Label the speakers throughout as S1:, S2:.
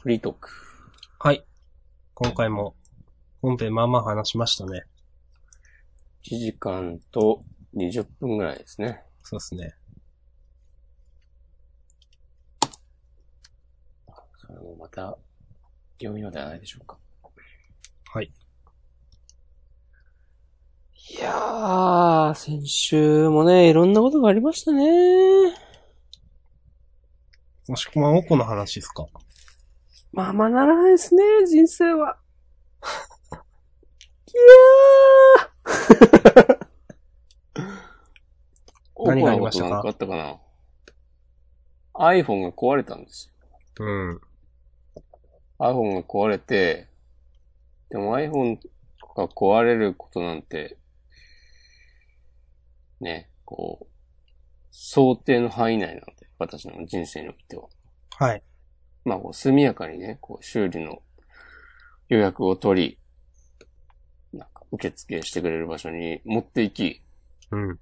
S1: フリートーク。
S2: はい。今回も、本編まあまあ話しましたね。
S1: 1時間と20分ぐらいですね。
S2: そうですね。
S1: それもまた、読みようではないでしょうか。
S2: はい。
S1: いやー、先週もね、いろんなことがありましたね。
S2: もしくはおこの話ですか
S1: まあまあならないですね、人生は。 いやー
S2: 何がありましたか
S1: 大きなことなんあったかな ?iPhone が壊れたんです
S2: うん。
S1: よ。iPhone が壊れて、でも iPhone が壊れることなんて、ね、こう、想定の範囲内なので、私の人生においては。
S2: はい。
S1: まあ、こう速やかにね、こう、修理の予約を取り、なんか、受付してくれる場所に持っていき、
S2: うん。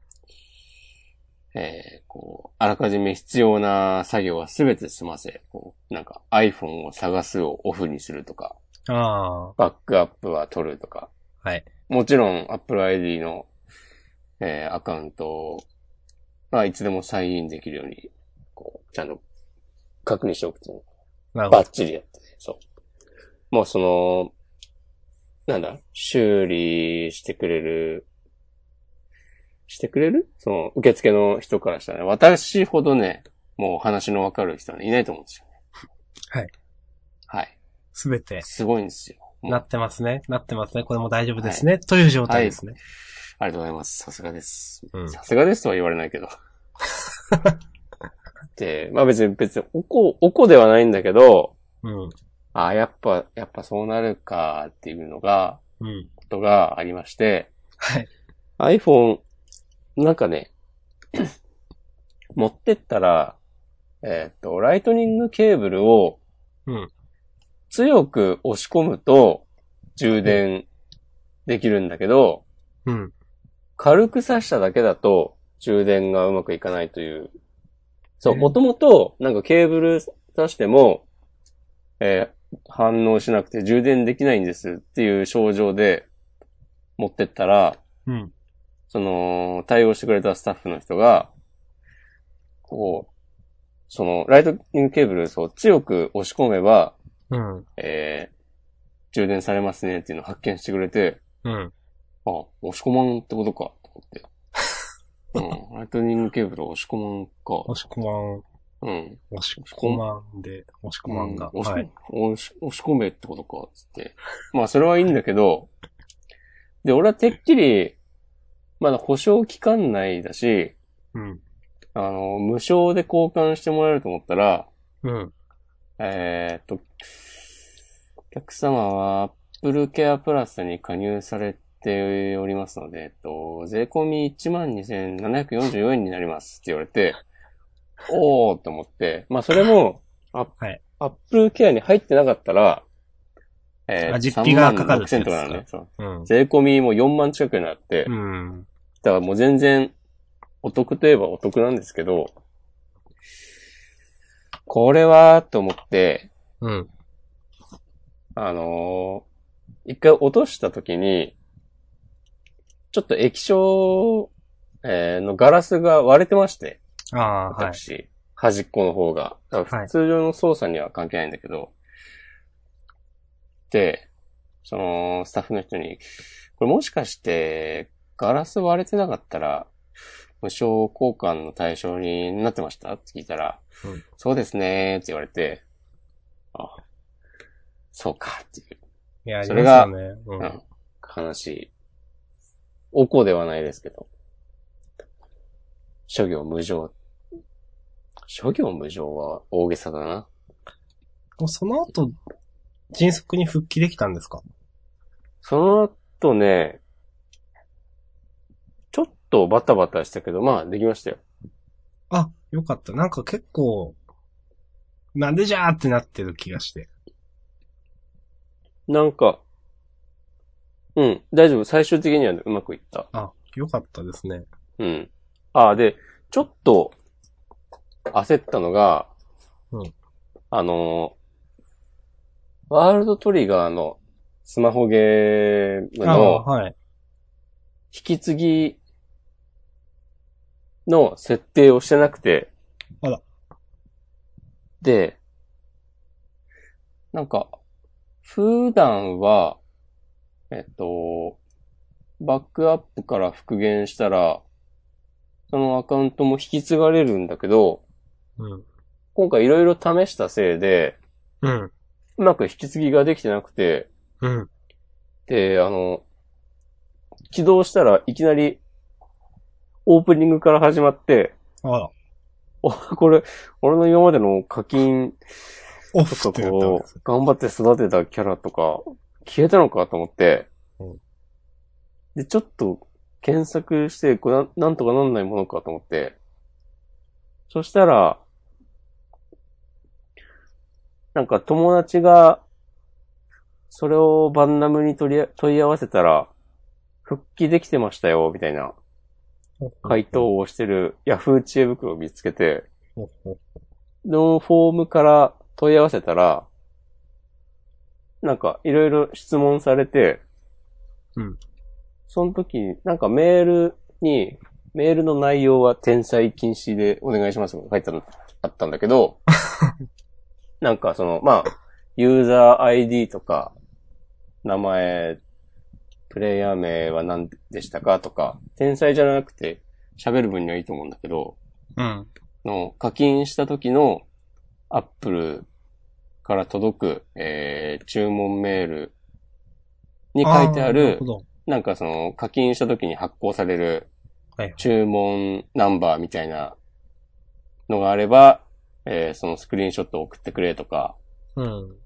S1: えー、こう、あらかじめ必要な作業はすべて済ませ、こう、なんか iPhone を探すをオフにするとか、
S2: あ
S1: バックアップは取るとか、
S2: あ。はい。
S1: もちろん Apple ID の、えーアカウントを、まあ、いつでもサインインできるように、こう、ちゃんと確認しておくと
S2: なるほ
S1: バ
S2: ど。
S1: ッチリやってね、そう。もうその、なんだ、修理してくれる、してくれるその、受付の人からしたら、私ほどね、もう話のわかる人はいないと思うんですよね。
S2: はい。
S1: はい。
S2: すべて、
S1: すごいんですよ。もう
S2: なってますね。なってますね。これも大丈夫ですね。という状態ですね。
S1: ありがとうございます。さすがです
S2: う。ん
S1: さすがですとは言われないけど。で、まあ別に、別に、おこ、おこではないんだけど、
S2: うん。
S1: ああ、やっぱ、やっぱそうなるかっていうのが、
S2: うん。
S1: ことがありまして、
S2: はい。
S1: iPhone、なんかね、持ってったら、えーっと、ライトニングケーブルを
S2: うん。
S1: 強く押し込むと充電できるんだけど、
S2: うん。
S1: 軽く挿しただけだと充電がうまくいかないという。そう、
S2: え
S1: もともとなんかケーブル挿しても、えー反応しなくて充電できないんですっていう症状で持ってったら、
S2: うん。
S1: その、対応してくれたスタッフの人が、こう、その、ライトニングケーブルをそう強く押し込めば、
S2: うん。
S1: えー、充電されますねっていうのを発見してくれて、
S2: うん。
S1: あ、押し込まんってことか、と思って。うん、ライトニングケーブル押し込まんか。
S2: 押し込まん、
S1: うん。
S2: 押し込まんで、押し込まんが。
S1: う押し,、
S2: はい。
S1: 押し押し込めってことか、つって。まあ、それはいいんだけど、で、俺はてっきり、まだ保証期間内だし、
S2: うん。
S1: あの、無償で交換してもらえると思ったら、
S2: うん。
S1: えーっと、お客様は Apple Care Plus に加入されておりますので、えっと、税込み12,744円になりますって言われて、 おーと思って、まあそれも、あ
S2: はい
S1: アップルケアに入ってなかったら、え
S2: あ実費がかかるって
S1: セ
S2: や
S1: ン
S2: つ
S1: ト
S2: ですか
S1: なのね。そう
S2: うん。
S1: 税込みも4万近くになって、
S2: うん。
S1: だからもう全然、お得といえばお得なんですけど、これは、と思って、
S2: うん。
S1: あのー一回落とした時に、ちょっと液晶、えーのガラスが割れてまして、
S2: ああ、はい。
S1: 私、端っこの方が。だから
S2: はい
S1: 普通常の操作には関係ないんだけど、で、その、スタッフの人に、これもしかして、ガラス割れてなかったら、無償交換の対象になってましたって聞いたら、
S2: うん
S1: そうですねーって言われて、あ、そうかっていう、
S2: いや、
S1: それが
S2: ありますよね。う。
S1: うんん、悲しい。おこではないですけど。諸行無常。諸行無常は大げさだな。
S2: もうその後、迅速に復帰できたんですか
S1: その後ね、ちょっとバタバタしたけど、まあ、できましたよ。
S2: あ、よかった。なんか結構、なんでじゃーってなってる気がして。
S1: なんか、うん、大丈夫。最終的にはうまくいった。
S2: あ、よかったですね。
S1: うん。あ、で、ちょっと、焦ったのが、
S2: うん
S1: あの、ワールドトリガーのスマホゲーム
S2: ああ、
S1: の
S2: はい。
S1: 引き継ぎの設定をしてなくて。
S2: あら。
S1: で、なんか、普段は、えっと、バックアップから復元したら、そのアカウントも引き継がれるんだけど、
S2: うん。
S1: 今回いろいろ試したせいで、
S2: うん。
S1: うまく引き継ぎができてなくて、
S2: うん。
S1: で、あの、起動したらいきなりオープニングから始まって、
S2: あら。
S1: お、これ、俺の今までの課金
S2: オフ
S1: と
S2: って
S1: か
S2: なったわけ
S1: こ
S2: です
S1: う、頑張って育てたキャラとか、消えたのかと思って
S2: うん、
S1: で、ちょっと検索して、これなんなんとかなんないものかと思って、そしたら、なんか友達が、それをバンナムに取りあ問い合わせたら、復帰できてましたよ、みたいな回。答をしてる Yahoo 知恵袋を見つけて、
S2: ほうほう
S1: のフォームから問い合わせたら、なんかいろいろ質問されて、
S2: うん。
S1: その時に、なんかメールに、メールの内容は転載禁止でお願いしますとか書いてあるあったんだけ ど、なんかその、まあ、ユーザー ID とか、名前、プレイヤー名は何でしたかとか、天才じゃなくて喋る分にはいいと思うんだけど、
S2: うん。
S1: の課金した時のアップルから届く、えー、注文メールに書いてあ
S2: ーな
S1: る
S2: ほ、ど
S1: なんかその課金した時に発行される
S2: はい
S1: 注文ナンバーみたいなのがあれば、えーそのスクリーンショットを送ってくれとか、
S2: うん。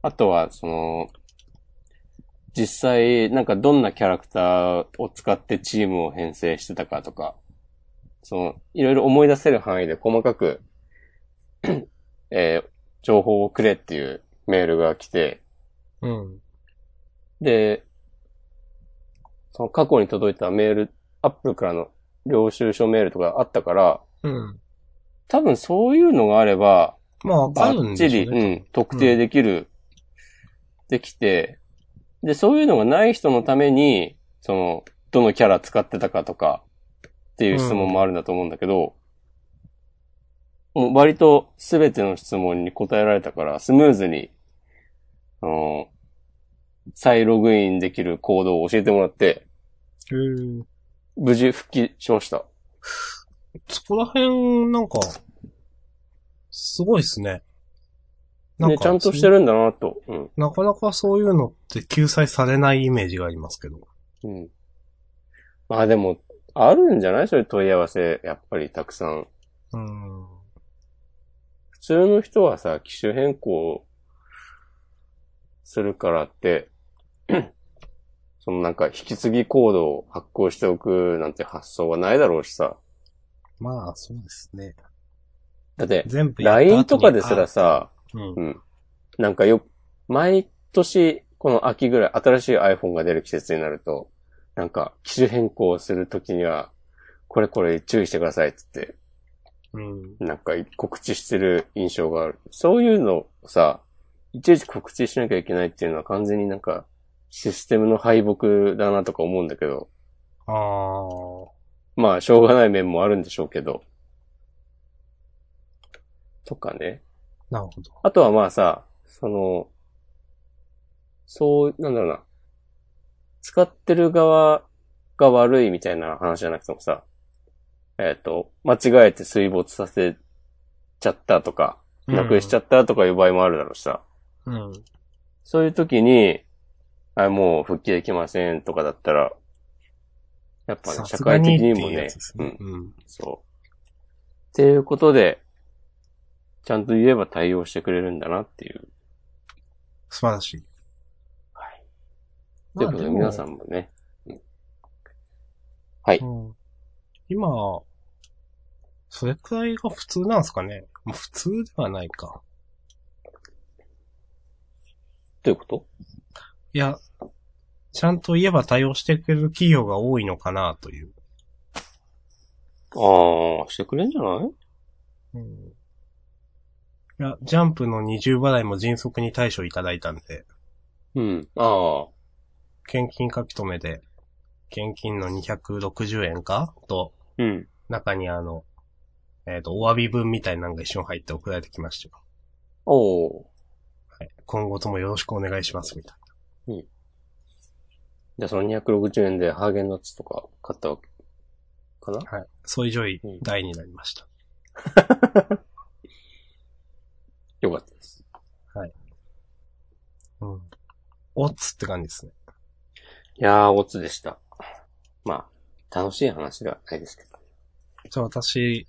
S1: あとはその、実際なんかどんなキャラクターを使ってチームを編成してたかとか、その、いろいろ思い出せる範囲で細かく、 えー情報をくれっていうメールが来て、
S2: うん。
S1: で、その過去に届いたメール、アップルからの領収書メールとかあったから、
S2: うん。
S1: 多分そういうのがあれば、
S2: まあ、わか
S1: バ
S2: るん
S1: ッ
S2: で
S1: チ
S2: しょ
S1: リ、
S2: う
S1: う
S2: ね。
S1: ん、特定できる、できて、で、そういうのがない人のために、その、どのキャラ使ってたかとか、っていう質問もあるんだと思うんだけど、もう割とすべての質問に答えられたから、スムーズに、あの、再ログインできるコードを教えてもらって、
S2: へー
S1: 無事復帰しました。
S2: そこら辺、なんか、すごいですね。
S1: で、ちゃんとしてるんだなと。うん。
S2: なかなかそういうのって救済されないイメージがありますけど。
S1: うん。まあでも、あるんじゃないそういう問い合わせ、やっぱりたくさん。
S2: うん。
S1: 普通の人はさ、機種変更するからって、 そのなんか引き継ぎコードを発行しておくなんて発想はないだろうしさ。
S2: まあ、そうですね。
S1: だって、
S2: 全部やった後に
S1: LINE とかですら。さ、
S2: あうん。
S1: うん。なんかよ、毎年、この秋ぐらい新しい iPhone が出る季節になると、なんか機種変更するときには、これこれ注意してくださいっつって、
S2: うん。
S1: なんか告知してる印象がある。そういうのをさ、いちいち告知しなきゃいけないっていうのは完全になんかシステムの敗北だなとか思うんだけど、
S2: ああ。
S1: まあしょうがない面もあるんでしょうけど。とかね。
S2: なるほど。
S1: あとはまあさ、その、そう、なんだろうな。使ってる側が悪いみたいな話じゃなくてもさ、えっ、と、間違えて水没させちゃったとか、なくしちゃ
S2: っ
S1: ったとかいう場合もあるだろうしさ。
S2: た。うん。
S1: そういう時に、あ、もう復帰できませんとかだったら、やっぱね、
S2: さ
S1: 社
S2: すが
S1: 会的
S2: にっ
S1: に
S2: て
S1: も
S2: いう
S1: ね
S2: やつです
S1: う
S2: ね
S1: ん、。
S2: うん。
S1: そう。っていうことで、ちゃんと言えば対応してくれるんだなっていう。
S2: 素晴らしい。
S1: はい。と
S2: ま
S1: いう
S2: あ
S1: こと
S2: で
S1: で、
S2: も
S1: 皆さんもね。
S2: うん今、それくらいが普通なんですかね。まあ普通ではないか。
S1: どういうこと
S2: いや、ちゃんと言えば対応してくれる企業が多いのかなという。
S1: ああ、してくれんじゃない
S2: うんいや、ジャンプの二重払いも迅速に対処いただいたんで、
S1: うん。ああ。
S2: 献金書き留めで、献金の260円かと、
S1: うん。
S2: 中にあの、えっ、と、お詫び文みたいなのが一瞬入って送られてきましたよ。
S1: おお。
S2: はい。今後ともよろしくお願いします、みたい
S1: じゃあその260円でハーゲンダッツとか買ったわけかな
S2: な。はい。そういう上位大になりました。
S1: よかったです。
S2: うん。おっつって感じですね。
S1: いやー、オツでした。まあ、楽しい話ではないですけど。
S2: じゃあ私、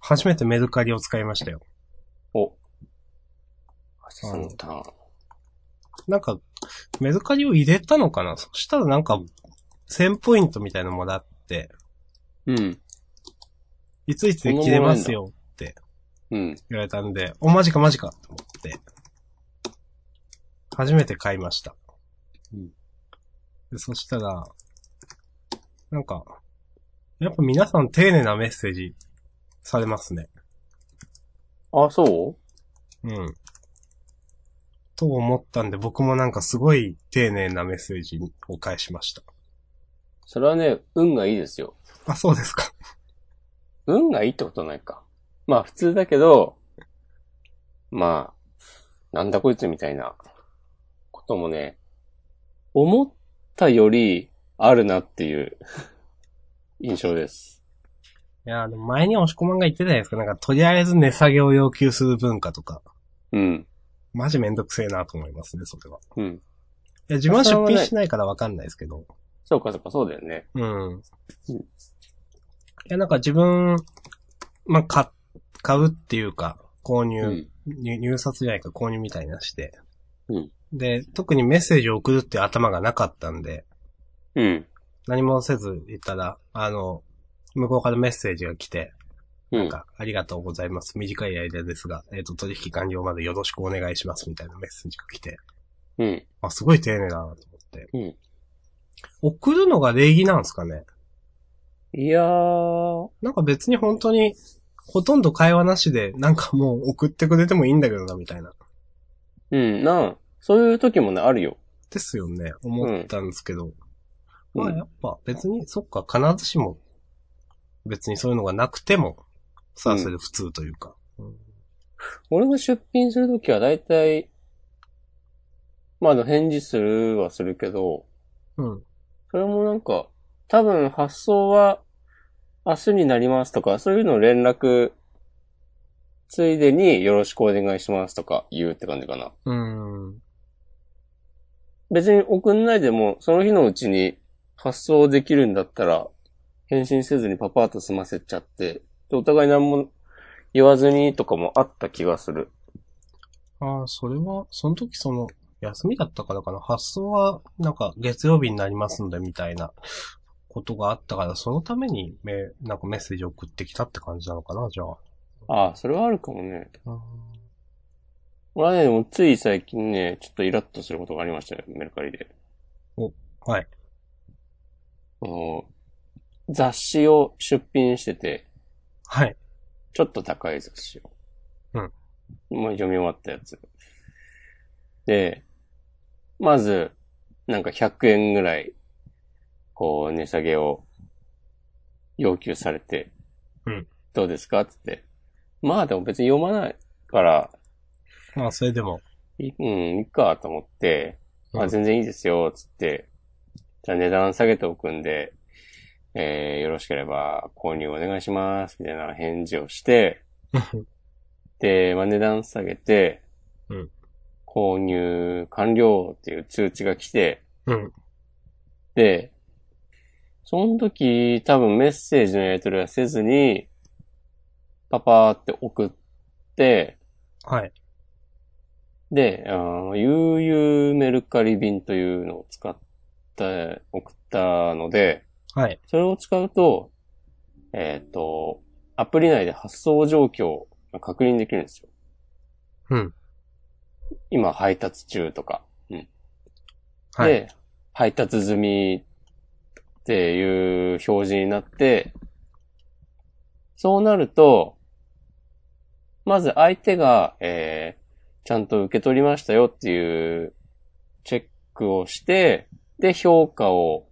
S2: 初めてメルカリを使いましたよ。
S1: お。あしさんのターン。
S2: なんか、メルカリを入れたのかなそしたらなんか、1000ポイントみたいなのもらって、
S1: うん。
S2: いついつで切れますよ
S1: うん。
S2: 言われたんで、お、マジかマジかと思って、初めて買いました。
S1: うん
S2: でそしたら、なんか、やっぱ皆さん丁寧なメッセージされますね。
S1: あ、そ
S2: うん。と思ったんで、僕もなんかすごい丁寧なメッセージを返しました。
S1: うそれはね、運がいいですよ。
S2: あ、そうですか。
S1: 運がいいってことないか。まあ、普通だけど、まあ、なんだこいつみたいなこともね、思ったよりあるなっていう印象です。
S2: いやー、でも前に押し込まんが言ってたじゃないですか。なんか、とりあえず値下げを要求する文化とか。
S1: うん。
S2: マジめんどくせえなと思いますね、それは。
S1: うん。
S2: いや、自分は
S1: そ
S2: 出
S1: れはね
S2: 品しないからわかんないですけど。
S1: そうかそうか、そうだよね。
S2: うん。
S1: うん
S2: いや、なんか自分、まあ、買、買うっていうか、購入、
S1: うん。
S2: 入入札じゃないか購入みたいなして。
S1: うん
S2: で、特にメッセージを送るっていう頭がなかったんで、
S1: うん。
S2: 何もせず言ったら、あの、向こうからメッセージが来て、
S1: う
S2: なん
S1: ん。
S2: か、ありがとうございます。短い間ですが、えっ、と、取引完了までよろしくお願いします、みたいなメッセージが来て、
S1: うん。
S2: あ、すごい丁寧だなと思って。
S1: うん
S2: 送るのが礼儀なんですかね
S1: いやー、
S2: なんか別に本当に、ほとんど会話なしで、なんかもう送ってくれてもいいんだけどな、みたいな。
S1: うん、なん、そういう時もね、あるよ。
S2: ですよね、思ったんですけど。
S1: うん
S2: まあやっぱ別に、そっか、必ずしも、別にそういうのがなくても、さあそれで普通というか。うん
S1: 俺が出品するときは大体、まあ、あの返事するはするけど、
S2: うん。
S1: それもなんか、多分発送は明日になりますとか、そういうのを連絡、ついでによろしくお願いしますとか言うって感じかな。
S2: うん。
S1: 別に送んないでも、その日のうちに発送できるんだったら、返信せずにパパッと済ませちゃって、でお互い何も言わずにとかもあった気がする。
S2: ああ、それは、その時その、休みだったからかな、発送は、なんか月曜日になりますんで、みたいなことがあったから、そのためにめ、なんかメッセージ送ってきたって感じなのかな、じゃあ。
S1: ああ、それはあるかもね。
S2: うん
S1: 俺はね、でもつい最近ね、ちょっとイラッとすることがありましたよ、メルカリで。
S2: お、はい。
S1: あの、雑誌を出品してて、
S2: はい。
S1: ちょっと高い雑誌を。
S2: うん。
S1: もう読み終わったやつ。で、まず、なんか100円ぐらい、こう、値下げを要求されて、
S2: うん。
S1: どうですかつって。まあでも別に読まないから、
S2: まあ、それでも。
S1: いうん、いいかと思って、ま
S2: う
S1: あ
S2: ん
S1: 全然いいですよ、つって。じゃあ値段下げておくんで、えー、よろしければ購入お願いします、みたいな返事をして、で、まあ値段下げて、
S2: うん
S1: 購入完了っていう通知が来て、
S2: うん。
S1: で、その時多分メッセージのやり取りはせずに、パパーって送って、
S2: はい。
S1: で、あの、悠々メルカリ便というのを使って、送ったので、
S2: はい。
S1: それを使うと、えっ、と、アプリ内で発送状況が確認できるんですよ。
S2: うん。
S1: 今配達中とか。うん。
S2: はい。
S1: で、配達済みっていう表示になって、そうなると、まず相手が、えー、ちゃんと受け取りましたよっていうチェックをして、で、評価を、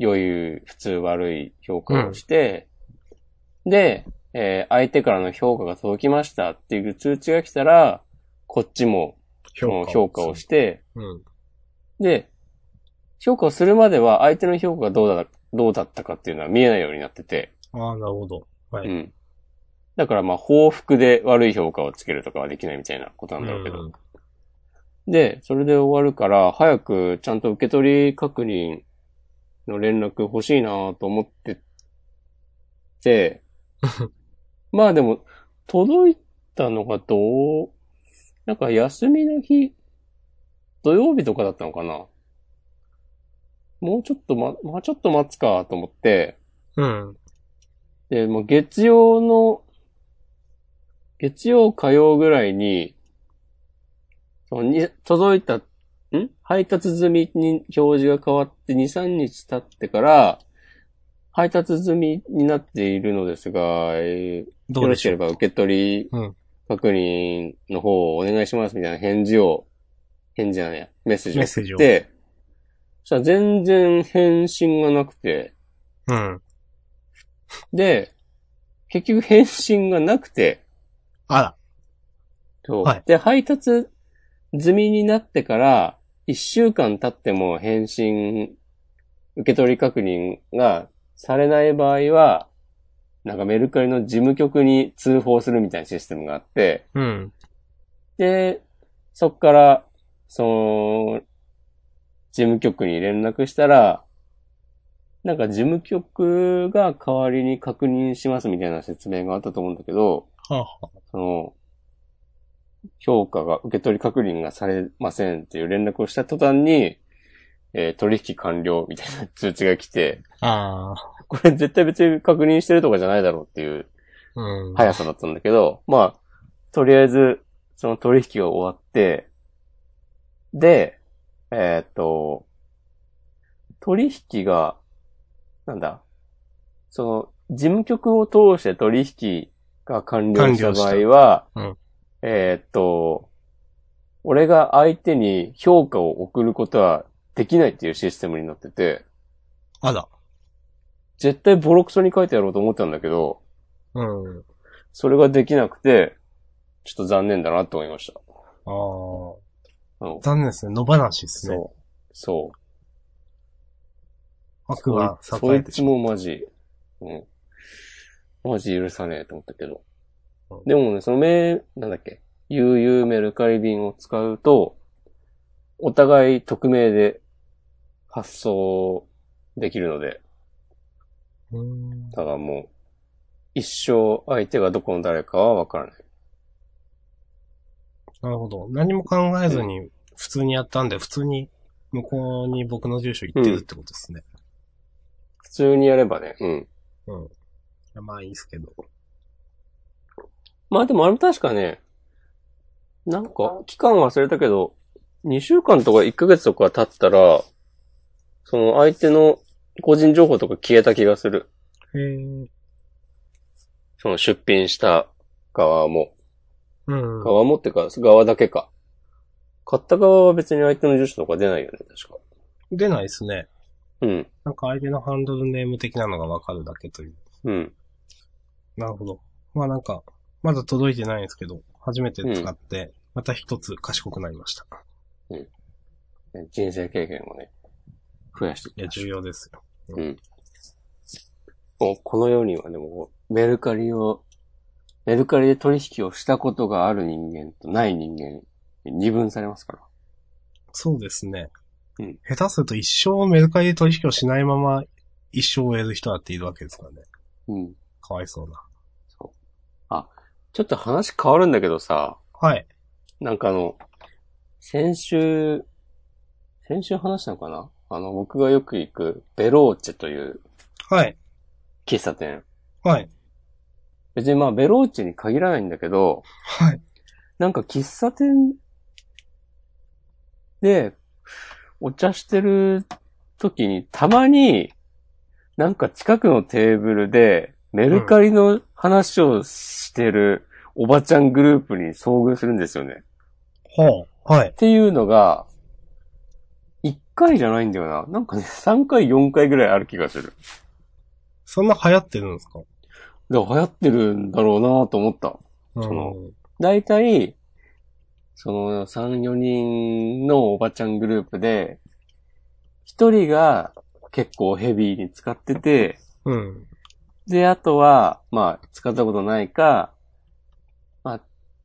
S1: 良い、普通悪い評価をして、で、えー相手からの評価が届きましたっていう通知が来たら、こっちもその評価を
S2: し
S1: して、
S2: うん。
S1: で、評価をするまでは相手の評価がどうだ、どうだったかっていうのは見えないようになってて、
S2: ああ、なるほど。は
S1: う
S2: い。
S1: ん。だからまあ報復で悪い評価をつけるとかはできないみたいなことなんだろうけど。
S2: うん
S1: で、それで終わるから、早くちゃんと受け取り確認の連絡欲しいなと思ってて、まあでも、届いたのがどう、なんか休みの日、土曜日とかだったのかなもうちょっとま、まあちょっと待つかと思って、
S2: うん。
S1: で、もう月曜の、月曜火曜ぐらいに、そのに届いた、ん配達済みに表示が変わって2、3日経ってから、配達済みになっているのですが、えー
S2: ど
S1: よ
S2: う
S1: ろ
S2: で
S1: し
S2: し
S1: け
S2: ょ
S1: れ
S2: う。
S1: ば受け取り
S2: うん
S1: 確認の方をお願いしますみたいな返事を、返事じゃないや、メッセージ
S2: メ
S1: を
S2: ッセージを。
S1: で、そしたら全然返信がなくて、
S2: うん。
S1: で、結局返信がなくて、
S2: あら。
S1: そう。
S2: はい
S1: で、配達済みになってから、一週間経っても返信、受け取り確認がされない場合は、なんかメルカリの事務局に通報するみたいなシステムがあって、
S2: うん。
S1: で、そっから、その、事務局に連絡したら、なんか事務局が代わりに確認しますみたいな説明があったと思うんだけど、
S2: はあはあ
S1: その、評価が、受け取り確認がされませんっていう連絡をした途端に、えー取引完了みたいな通知が来て、
S2: ああ。
S1: これ絶対別に確認してるとかじゃないだろうっていう
S2: うん。い。
S1: 速さだったんだけど、まあ、とりあえず、その取引が終わって、で、えーっと、取引が、なんだ、その、事務局を通して取引が完了した場合は、
S2: 完了した
S1: えーっと、俺が相手に評価を送ることはできないっていうシステムになってて、
S2: あら。
S1: 絶対ボロクソに書いてやろうと思ったんだけど、
S2: うん。
S1: それができなくて、ちょっと残念だなって思いました。
S2: ああ。
S1: うん
S2: 残念ですね。野放しですね。
S1: そう。そう。
S2: 悪は
S1: そい
S2: 栄え
S1: そ
S2: て
S1: い
S2: し
S1: つ
S2: まう。
S1: もマジ、うん。マジ許さねえと思ったけど
S2: うん。
S1: でもね、そのメなんだっけ、悠々メルカリ便を使うと、お互い匿名で発送できるので、
S2: うん
S1: ただもう、一生相手がどこの誰かはわからない。
S2: なるほど。何も考えずに、普通にやったんで、普通に向こうに僕の住所行ってるってことですね。
S1: 普通にやればね、うん。
S2: まあいいですけど。
S1: まあでもあれも確かね、なんか、期間忘れたけど、2週間とか1ヶ月とか経ったら、その相手の個人情報とか消えた気がする。
S2: へえ。
S1: その出品した側も。
S2: うん。
S1: 側もってか、側だけか。買った側は別に相手の住所とか出ないよね、確か。
S2: 出ないですね。
S1: うん。
S2: なんか相手のハンドルネーム的なのがわかるだけという。
S1: うん。
S2: なるほど。まあなんか、まだ届いてないんですけど、初めて使って、また一つ賢くなりました。
S1: 人生経験をね、増やしてい
S2: い
S1: き
S2: や、
S1: ましょう
S2: 重要ですよ。
S1: もうこの世にはでも、メルカリを、メルカリで取引をしたことがある人間とない人間、二分されますから。
S2: そうですね。
S1: うん
S2: 下手すると一生メルカリで取引をしないまま、一生を終える人だっているわけですからね。
S1: うん。
S2: かわいそうな。
S1: ちょっと話変わるんだけどさ、
S2: はい。
S1: なんかあの、先週、先週話したのかなあの、僕がよく行くベローチェという
S2: はい。
S1: 喫茶店。
S2: はい。
S1: 別にまあベローチェに限らないんだけど、
S2: はい。
S1: なんか喫茶店でお茶してる時にたまになんか近くのテーブルでメルカリの話をしてるおばちゃんグループに遭遇するんですよね。
S2: はあ、はい
S1: っ。ていうのが、1回じゃないんだよな。なんかね、3回、4回ぐらいある気がする。
S2: そんな流行ってるんですか
S1: だから流行ってるんだろうなと思った。
S2: う
S1: の
S2: ん。
S1: 大体、その3、4人のおばちゃんグループで、1人が結構ヘビーに使ってて、
S2: うん。
S1: で、あとは、まあ、使ったことないか、まあ、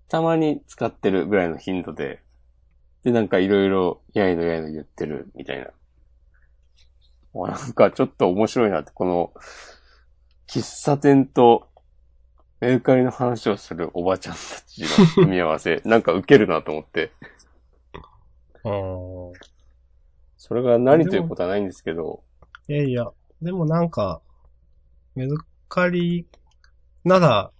S1: たまに使ってるぐらいの頻度で、で、なんかいろいろ、やいのやいの言ってる、みたいな。おなんかちょっと面白いなって、この、喫茶店と、メルカリの話をするおばちゃんたちの組み合わせ、なんかウケるなと思って。
S2: あー
S1: それが何ということはないんですけど、
S2: いやいや、でもなんか、メルカリなら、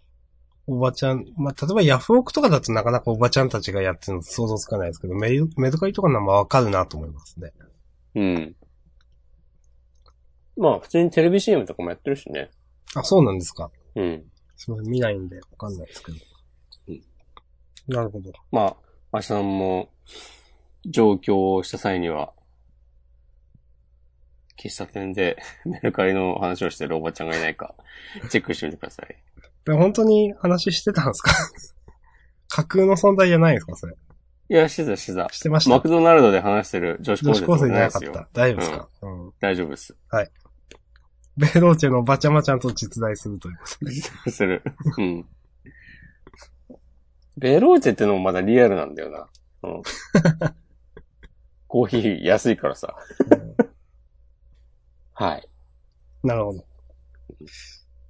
S2: おばちゃん、まあ、例えばヤフオクとかだとなかなかおばちゃんたちがやってるの想像つかないですけど、メルメルカリとかならわかるなと思いますね。
S1: うん。まあ、普通にテレビ CM とかもやってるしね。
S2: あ、そうなんですか。
S1: うん。
S2: すみません、見ないんで、わかんないですけど。
S1: うん
S2: なるほど。
S1: まあ、明日さんも、上京した際には、喫茶店で メルカリの話をしてるおばちゃんがいないか、チェックしてみてください。
S2: で本当に話してたんですか 架空の存在じゃないですか、それ。
S1: いや、しざしざ。
S2: してました
S1: マ。クドナルドで話してる女子
S2: 女
S1: 高生
S2: 子
S1: とか
S2: 高生
S1: じゃないで
S2: じゃなかっ
S1: すよ。
S2: た。大丈夫ですか、うん、
S1: 大丈夫です。
S2: ベローチェのバチャマちゃんと実在するという。
S1: する。うん。ベローチェってのもまだリアルなんだよな。 うん。コーヒー安いからさ。はい。
S2: なるほど。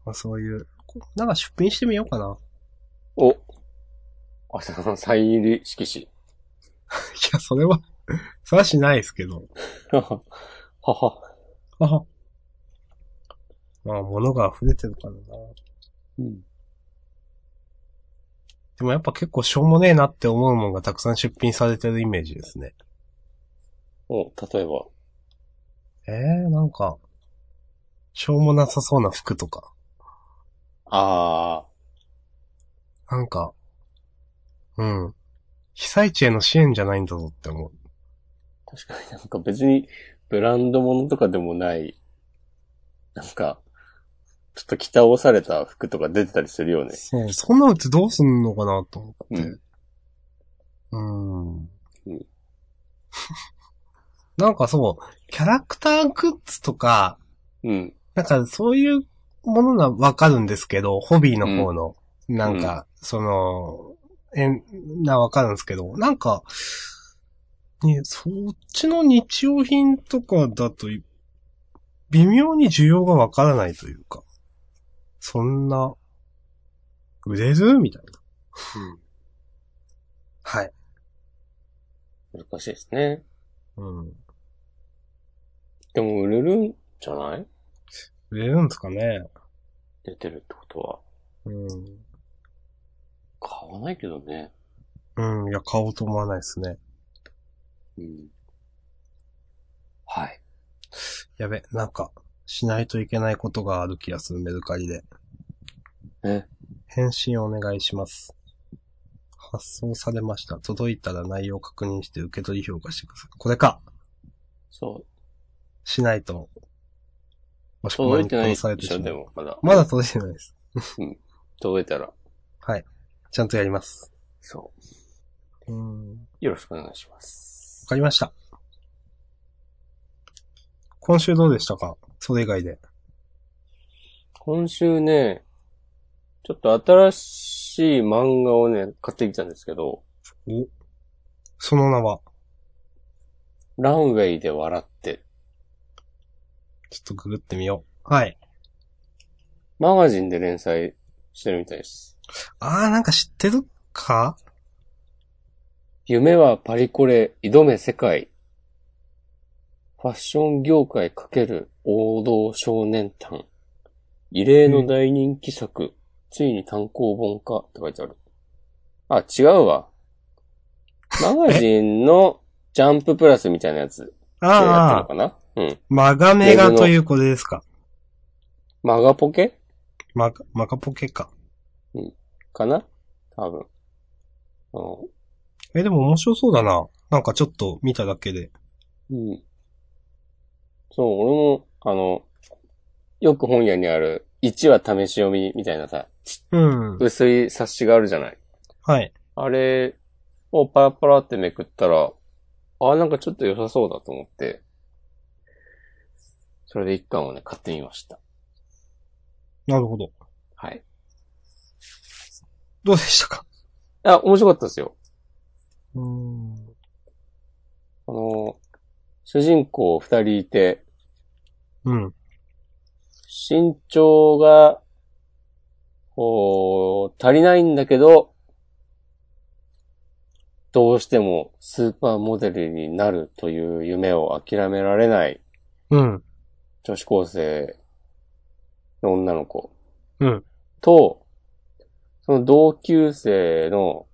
S2: まあ、そういう。なんか出品してみようかな。
S1: お。明日さんサイン入り色紙。
S2: いや、それは、 それはしないですけど。
S1: はは。
S2: あはまあ、物が溢れてるからな。
S1: うん。
S2: でもやっぱ結構しょうもねえなって思うもんがたくさん出品されてるイメージですね。
S1: お、例えば。
S2: えー、なんか、しょうもなさそうな服とか、
S1: ああ。
S2: なんか、うん。被災地への支援じゃないんだぞって思う。
S1: 確かになんか別にブランド物とかでもない、なんか、ちょっと着倒された服とか出てたりするよね。
S2: そう、そんなのってどうすんのかなと思
S1: う
S2: って
S1: ん。。
S2: うーん
S1: うん。
S2: なんかそう、キャラクターグッズとか、
S1: うん。
S2: なんかそういうものはわかるんですけど、ホビーの方の、なんか、その、えん、な、わかるんですけど、なんか、ね、そっちの日用品とかだと、微妙に需要がわからないというか、そんな、売れるみたいな。はい。
S1: 難しいですね。
S2: うん。
S1: でも売れるんじゃない
S2: 売れるんですかね。
S1: 出てるってことは。
S2: うん。
S1: 買わないけどね。
S2: うん、いや、買おうと思わないですね。
S1: うん。はい。
S2: やべ、なんか、しないといけないことがある気がする、メルカリで。
S1: え
S2: 返信お願いします。発送されました。届いたら内容を確認して受け取り評価してください。これか
S1: そう。
S2: しないと。もしくは
S1: 届いてない
S2: 殺
S1: で
S2: されて
S1: しょ、で
S2: しまう。
S1: も、まだ。
S2: まだ届いてないです。
S1: 届いたら。
S2: ちゃんとやります。
S1: そう。
S2: うん。わ
S1: よろしくお願いします。
S2: かりました。今週どうでしたかそれ以外で。
S1: 今週ね、ちょっと新しい漫画をね、買ってきたんですけど、
S2: おその名は
S1: ランウェイで笑って、
S2: ちょっとググってみよう。はい。
S1: マガジンで連載してるみたいです。
S2: あー、なんか知ってるか
S1: 夢はパリコレ、挑め世界。ファッション業界×王道少年探。異例の大人気作、ついに単行本化って書いてある。あ、違うわ。マガジンのジャンププラスみたいなやつでやってるの
S2: あー、
S1: かなうん。
S2: マガメガというこれですか。
S1: マガポケ
S2: マガ、マガポケか。
S1: かな多分。う
S2: え、でも面白そうだな。なんかちょっと見ただけで。
S1: ん。うん。そう、俺も、あの、よく本屋にある、1話試し読みみたいなさ、
S2: うん。
S1: 薄い冊子があるじゃない。
S2: はい。
S1: あれをパラパラってめくったら、あ、なんかちょっと良さそうだと思って、それで一巻をね、買ってみました。
S2: なるほど。
S1: はい。
S2: どうでしたか
S1: あ、面白かったですよ。
S2: うん。
S1: あの、主人公二人いて、
S2: うん。
S1: 身長が、こう、足りないんだけど、どうしてもスーパーモデルになるという夢を諦められない
S2: うん。
S1: 女子高生の女の子。
S2: うん
S1: と、その同級生の、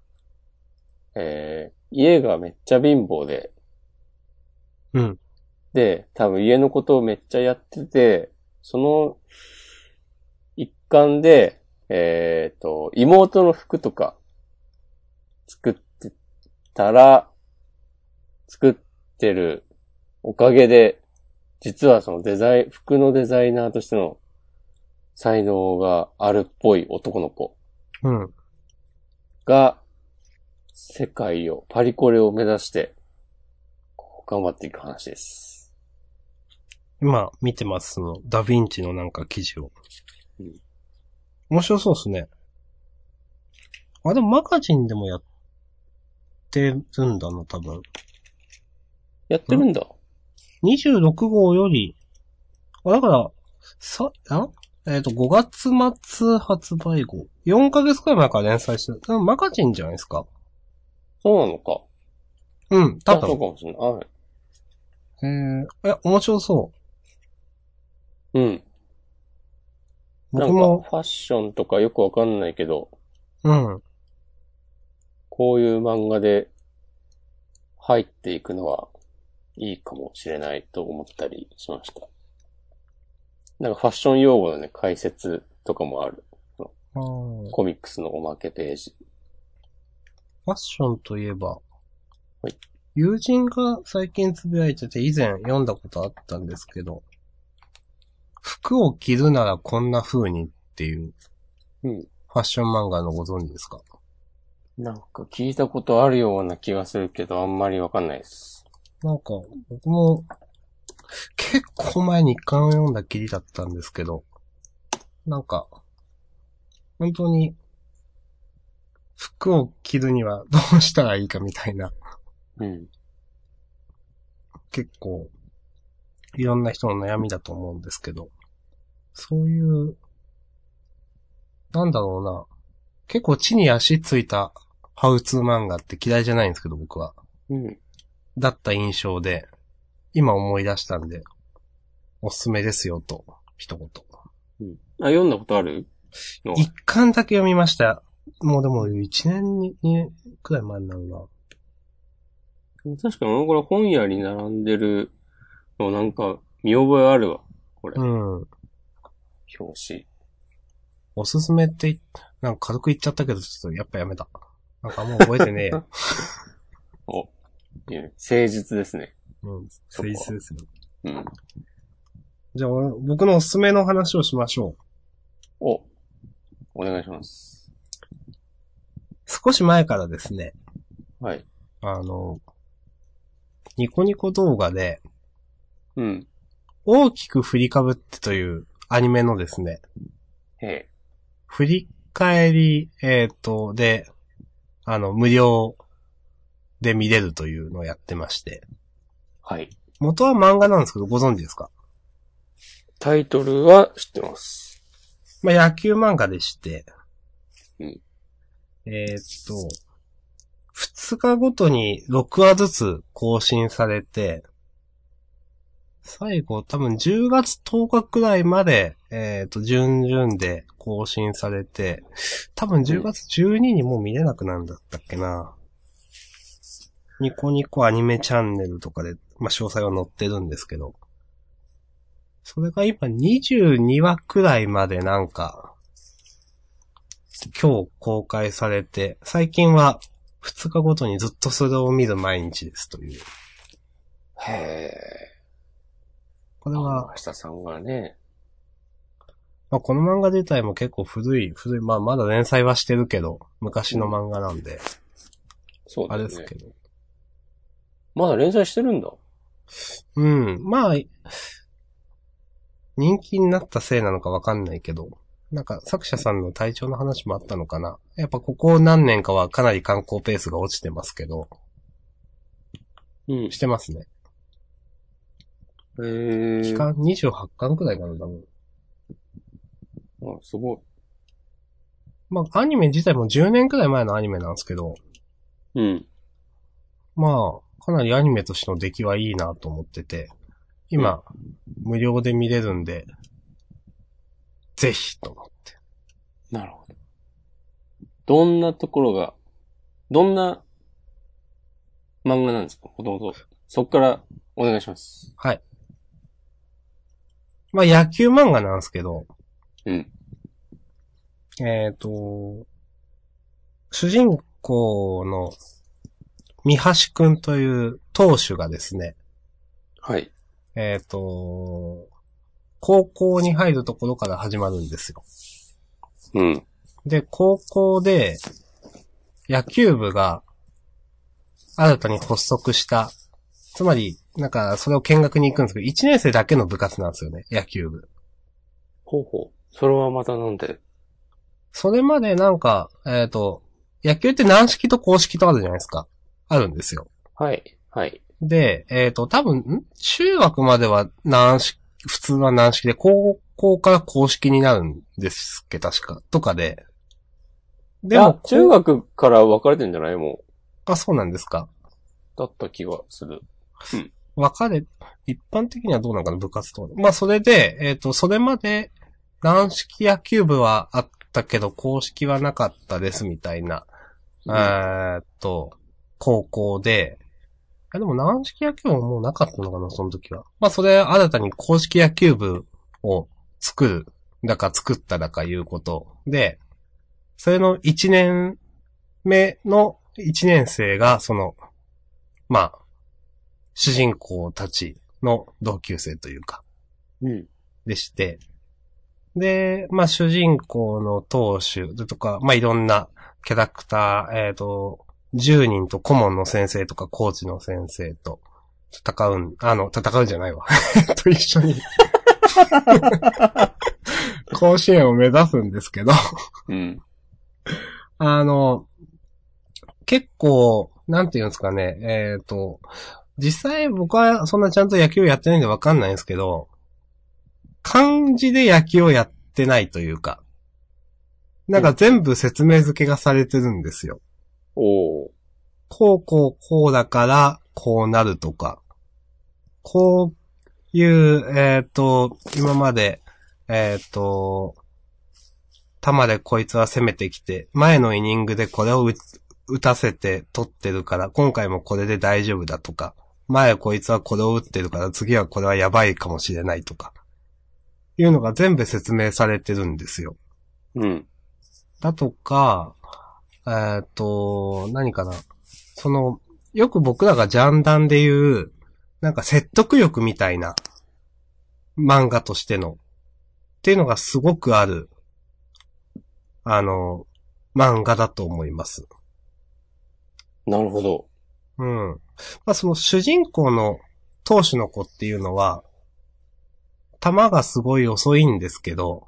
S1: えー家がめっちゃ貧乏で、
S2: うん。
S1: で、多分家のことをめっちゃやってて、その一環で、えっ、と、妹の服とか作ってたら、作ってるおかげで、実はそのデザイン、服のデザイナーとしての才能があるっぽい男の子
S2: うん。
S1: が、世界を、パリコレを目指して、こう頑張っていく話です。
S2: 今見てます、その、ダヴィンチのなんか記事を
S1: うん。
S2: 面白そうですね。あ、でもマガジンでもやってるんだな、多分。
S1: やってるんだ。
S2: 26号より、あ、だから、さ、あえっ、と、5月末発売後。4ヶ月くらい前から連載してる。多分マガジンじゃないですか。
S1: そうなのか。
S2: うん、多
S1: あそう
S2: 分。
S1: かもしれない。はい
S2: えー、え、面白そう。
S1: うん。なん
S2: 僕
S1: か、
S2: も、
S1: ファッションとかよくわかんないけど、
S2: うん。
S1: こういう漫画で入っていくのはいいかもしれないと思ったりしました。なんかファッション用語のね、解説とかもある。
S2: うん
S1: コミックスのおまけページ。
S2: ファッションといえば、
S1: はい
S2: 友人が最近つぶやいてて以前読んだことあったんですけど、服を着るならこんな風にっていう、
S1: うん
S2: ファッション漫画のご存知ですか
S1: なんか聞いたことあるような気がするけど、あんまりわかんないです。
S2: なんか、僕も、結構前に一巻を読んだきりだったんですけど、なんか、本当に、服を着るには どうしたらいいかみたいな、
S1: うん。
S2: 結構、いろんな人の悩みだと思うんですけど、そういう、なんだろうな、結構地に足ついたハウツー漫画って嫌いじゃないんですけど、僕は。
S1: うん。
S2: だった印象で、今思い出したんで、おすすめですよと、一言。
S1: あ、読んだことあるの
S2: 一巻だけ読みました。もうでも、一年に、二年くらい前になるな。
S1: 確かに、これ本屋に並んでるのなんか見覚えあるわ。これ。
S2: うん。
S1: 表紙。
S2: おすすめってい、なんか軽く言っちゃったけど、ちょっとやっぱやめた。なんかもう覚えてねえや。
S1: お、いや誠実ですね。
S2: うん。
S1: そこは
S2: 水スですね。
S1: うん。
S2: じゃあ、俺僕のおすすめの話をしましょう。
S1: お、お願いします。
S2: 少し前からですね、
S1: はい。
S2: あの、ニコニコ動画で、
S1: うん。
S2: 大きく振りかぶってというアニメのですね、
S1: へえ。
S2: 振り返り、えっ、と、で、あの、無料で見れるというのをやってまして。
S1: はい。
S2: 元は漫画なんですけど、ご存知ですか
S1: タイトルは知ってます。
S2: まあ、野球漫画でして。
S1: うん
S2: えっと、2日ごとに6話ずつ更新されて、最後多分10月10日くらいまで、えっ、と、順々で更新されて、多分10月12にもう見れなくなるんだったっけな。ニコニコアニメチャンネルとかで、まあ、詳細は載ってるんですけど。それが今22話くらいまでなんか、今日公開されて、最近は2日ごとにずっとそれを見る毎日ですという。
S1: へえ。
S2: これは
S1: 明、日さんがね、
S2: まあ、この漫画自体も結構古い、古い、まあまだ連載はしてるけど、昔の漫画なんで、
S1: そう
S2: あ
S1: で
S2: れですす
S1: ね
S2: け。ど。
S1: まだ連載してるんだ。
S2: うん、まあ、人気になったせいなのかわかんないけど、なんか作者さんの体調の話もあったのかな。やっぱここ何年かはかなり観光ペースが落ちてますけど、
S1: うん。へ
S2: してますね。
S1: え。
S2: 期間28巻くらいかな、多分。
S1: あ、すごい。
S2: まあ、アニメ自体も10年くらい前のアニメなんですけど、
S1: うん。
S2: まあ、かなりアニメとしての出来はいいなと思ってて、今、無料で見れるんで、ぜひと思って。
S1: なるほど。どんなところが、どんな漫画なんですかほとんど。そっからお願いします。
S2: まあ、野球漫画なんですけど、
S1: うん。
S2: えっ、と、主人公の、三橋くんという投手がですね、
S1: はい。
S2: えっ、と、高校に入るところから始まるんですよ。
S1: うん。
S2: で、高校で、野球部が、新たに発足した。つまり、なんか、それを見学に行くんですけど、1年生だけの部活なんですよね、野球部。
S1: ほうほう。それはまたなんで。
S2: それまでなんか、えっ、と、野球って軟式と公式とあるじゃないですか。あるんですよ。
S1: はい。はい。
S2: で、えっ、と、多分、ん中学までは軟式、普通は軟式で、高校から公式になるんですっけ、確か。とかで。で
S1: で
S2: も
S1: も、、中
S2: こう
S1: 学から分かれてんじゃないも
S2: あ、そうなんですか。
S1: う。だった気がする。
S2: 分かれ、一般的にはどうなのかな、部活とかで。まあ、それで、えっ、と、それまで、軟式野球部はあったけど、公式はなかったです、みたいな。えーっと、高校で、あでも軟式野球ももうなかったのかな、その時は。まあそれ新たに公式野球部を作る、だか作っただかいうこと。で、それの1年目の1年生が、その、まあ、主人公たちの同級生というか、
S1: うん。
S2: でして、で、まあ主人公の当主だとか、まあいろんなキャラクター、えっ、と、10人と顧問の先生とかコーチの先生と戦うん、あの、戦うんじゃないわ。 と一緒に。甲子園を目指すんですけど、
S1: うん。
S2: あの、結構、なんていうんですかね、えっ、と、実際僕はそんなちゃんと野球やってないんでわかんないんですけど、漢字で野球をやってないというか、なんか全部説明付けがされてるんですよ。
S1: おー。
S2: こうこうこうだから、こうなるとか、こういう、えっ、と、今まで、えっ、と、球でこいつは攻めてきて、前のイニングでこれを打つ打たせて取ってるから、今回もこれで大丈夫だとか、前こいつはこれを打ってるから、次はこれはやばいかもしれないとか、いうのが全部説明されてるんですよ。
S1: うん。
S2: だとか、えーっ、と、何かな。その、よく僕らがジャンダンで言う、なんか説得力みたいな漫画としての、っていうのがすごくある、あの、漫画だと思います。
S1: なるほど。
S2: うん。まあ、その主人公の投手の子っていうのは、球がすごい遅いんですけど、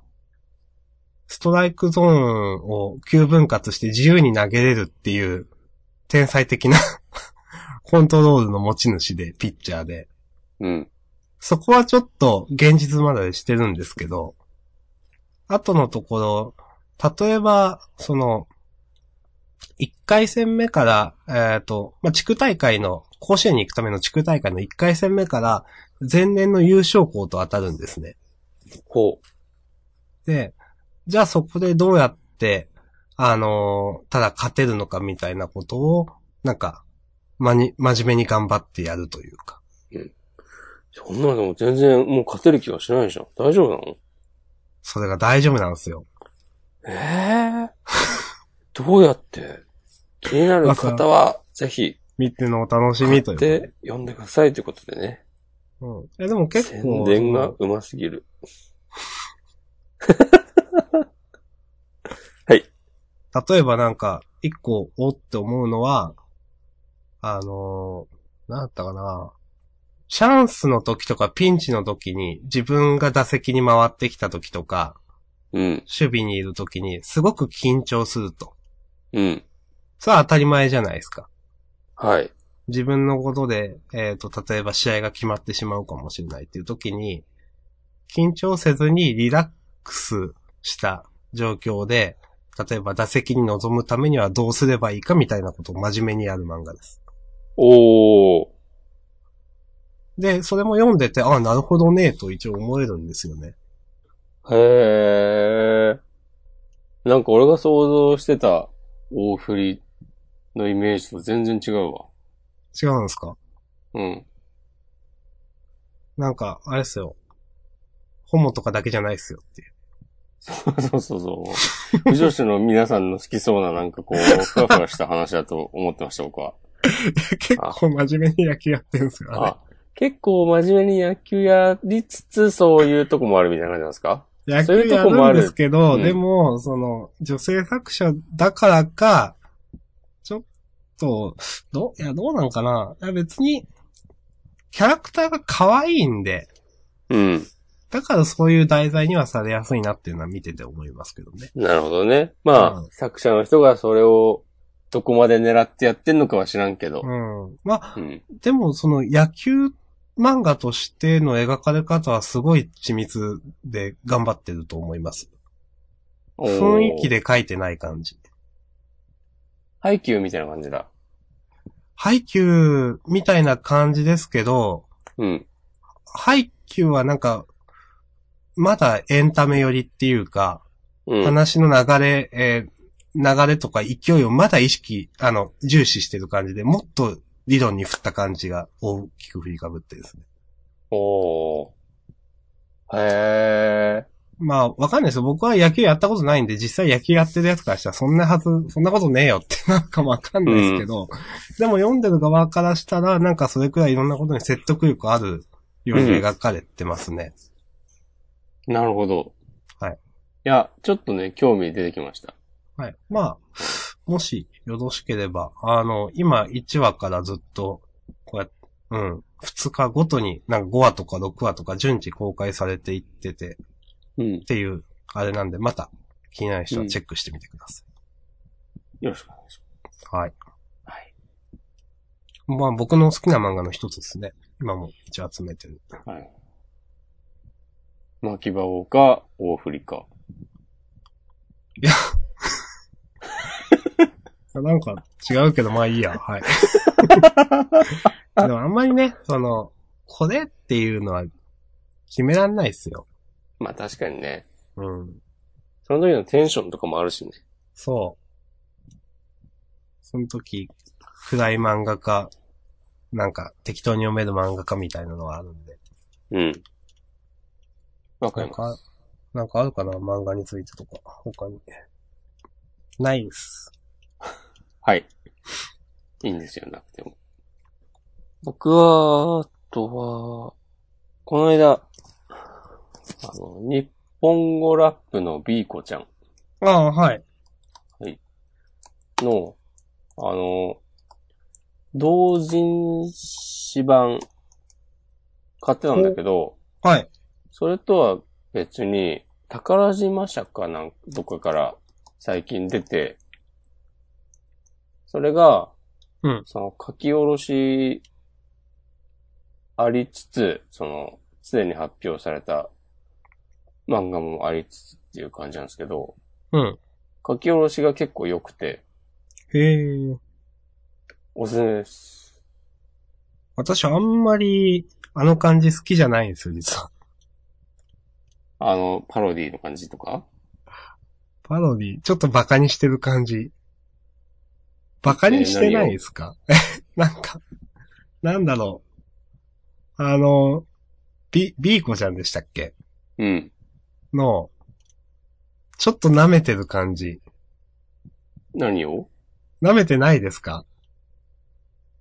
S2: ストライクゾーンを急分割して自由に投げれるっていう、天才的な コントロールの持ち主で、ピッチャーで。
S1: うん。
S2: そこはちょっと現実までしてるんですけど、後のところ、例えば、その、1回戦目から、えっ、と、まあ、地区大会の、甲子園に行くための地区大会の1回戦目から、前年の優勝校と当たるんですね。
S1: ほ
S2: で、じゃあそこでどうやって、あのーただ勝てるのかみたいなことを、なんか、まに、真面目に頑張ってやるというか。
S1: う。そんなの全然もう勝てる気がしないじゃん。大丈夫なの
S2: それが大丈夫なんですよ。
S1: へ
S3: ええ どうやって気になる方は、ぜひ、
S2: 見てのお楽し
S3: 買
S2: み
S3: っ
S2: ということで。
S3: て読んでくださいということでね。
S2: うん。いや、でも結
S3: 宣
S2: 構、
S3: 伝がうますぎる。
S2: 例えばなんか、一個、おって思うのは、あのー、なんだったかな。チャンスの時とかピンチの時に自分が打席に回ってきた時とか、
S3: うん、
S2: 守備にいる時にすごく緊張すると。
S3: うん。
S2: それは当たり前じゃないですか。
S3: はい。
S2: 自分のことで、えっ、と、例えば試合が決まってしまうかもしれないっていう時に、緊張せずにリラックスした状況で、例えば打席に臨むためにはどうすればいいかみたいなことを真面目にやる漫画です。
S3: おー。
S2: で、それも読んでて、ああ、なるほどね、と一応思えるんですよね。
S1: へえ。なんか俺が想像してた大振りのイメージと全然違うわ。
S2: 違うんですか
S1: うん。
S2: なんか、あれですよ。ホモとかだけじゃないですよっていう。
S1: そうそうそう。美女子の皆さんの好きそうななんかこう、ふわふわした話だと思ってました、僕は。
S2: 結構真面目に野球やってるんですからね。
S1: あ、結構真面目に野球やりつつ、そういうとこもあるみたいな感じなんですか
S2: 野
S1: そう
S2: 球
S1: いう
S2: や
S1: とこもあ
S2: るん
S1: る
S2: ですけど、
S1: うん
S2: でも、その、女性作者だからか、ちょっと、ど、いや、どうなんかないや、別に、キャラクターが可愛いんで、
S3: うん。
S2: だからそういう題材にはされやすいなっていうのは見てて思いますけどね。
S3: なるほどね。
S1: まあ、
S2: うん
S1: 作者の人がそれをどこまで狙ってやってんのかは知らんけど。
S2: うん。まあ、
S1: うん。
S2: でもその野球漫画としての描かれ方はすごい緻密で頑張ってると思います。
S1: おー
S2: 雰囲気。で描いてない感じ。
S1: ハイキューみたいな感じだ。
S2: ハイキューみたいな感じですけど、
S1: うん。
S2: ハイキューはなんか、まだエンタメ寄りっていうか、
S1: うん。
S2: 話の流れ、えー流れとか勢いをまだ意識、あの、重視してる感じで、もっと理論に振った感じが大きく振りかぶってですね。
S1: おー。へ
S2: まあ、わかんないですよ。僕は野球やったことないんで、実際野球やってるやつからしたら、そんなはず、そんなことねえよってなんかわかんないですけど、でも読んでる側からしたら、なんかそれくらいいろんなことに説得力あるように描かれてますね。
S1: え。なるほど。
S2: はい
S1: いや、ちょっとね、興味出てきました。
S2: はい。まあ、もしよろしければ、あの、今1話からずっと、こうやって、うん、2日ごとに、なんか5話とか6話とか順次公開されていってて、
S1: うん
S2: っ。ていう、あれなんで、また気になる人はチェックしてみてくださ
S1: よろしくお願いし
S2: い。はい。
S1: ます。はい。
S2: まあ僕の好きな漫画の一つですね。今も一応集めてる。
S1: はい。巻き場王か、大振りか。
S2: なんか違うけど、まあいいや。はい。 でもあんまりね、その、これっていうのは決めらんないっすよ。
S1: まあ確かにね。
S2: うん。
S1: その時のテンションとかもあるしね。
S2: そう。その時、暗い漫画家、なんか適当に読める漫画家みたいなのがあるんで。
S1: うん。わか
S2: な
S1: り
S2: ん
S1: ます。
S2: か、なんかあるかな漫画についてとか。他に。ないです。
S1: はい。いいんですよ、なくても。
S3: 僕は、あとは、
S1: この間、あの、日本語ラップのビーコちゃん
S2: ああ、はい。
S1: の、あの、同人誌版買ってたんだけど、
S2: はい。
S1: それとは別に、宝島社かなんどっかから最近出て、それが、
S2: うん
S1: その書き下ろしありつつ、その、すでに発表された漫画もありつつっていう感じなんですけど、
S2: うん。
S1: 書き下ろしが結構良くて、
S2: へえ。
S1: おすすめです。
S2: 私あんまり、あの感じ好きじゃないんですよ、実は。
S1: あの、パロディの感じとか
S2: パロディ、ちょっとバカにしてる感じ。バカにしてないですか、 え、なんか、なんだろう。あの、ビ、ビーコちゃんでしたっけ
S1: うん。
S2: の、ちょっと舐めてる感じ。
S1: 何を
S2: 舐めてないですか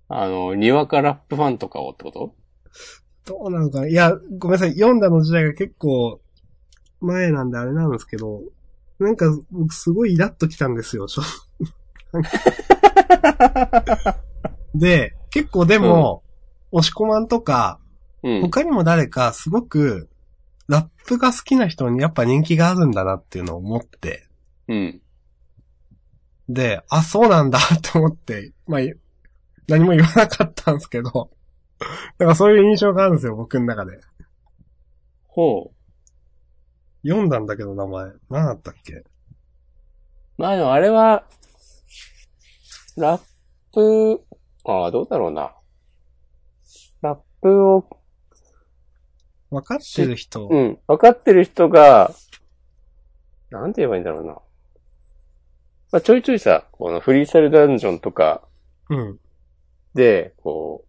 S1: あの、にわかラップファンとかをってこと
S2: どうなのかないや、ごめんなさい。読んだの時代が結構前なんであれなんですけど、なんか僕すごいイラッときたんですよ、ちょ で、結構でも、押し込まんとか、
S1: うん。
S2: 他にも誰かすごく、ラップが好きな人にやっぱ人気があるんだなっていうのを思って、
S1: うん。
S2: で、あ、そうなんだって思って、まあ、何も言わなかったんですけど、なんかそういう印象があるんですよ、僕の中で。
S1: ほう。
S2: 読んだんだけど名前、何だったっけ
S1: まあでもあれは、ラップ、ああ、どうだろうな。ラップを
S2: 分かってる人、
S1: うん。分かってる人が、なんて言えばいいんだろうな。まあ、ちょいちょいさ、このフリースタイルダンジョンとか
S2: うん。
S1: で、こ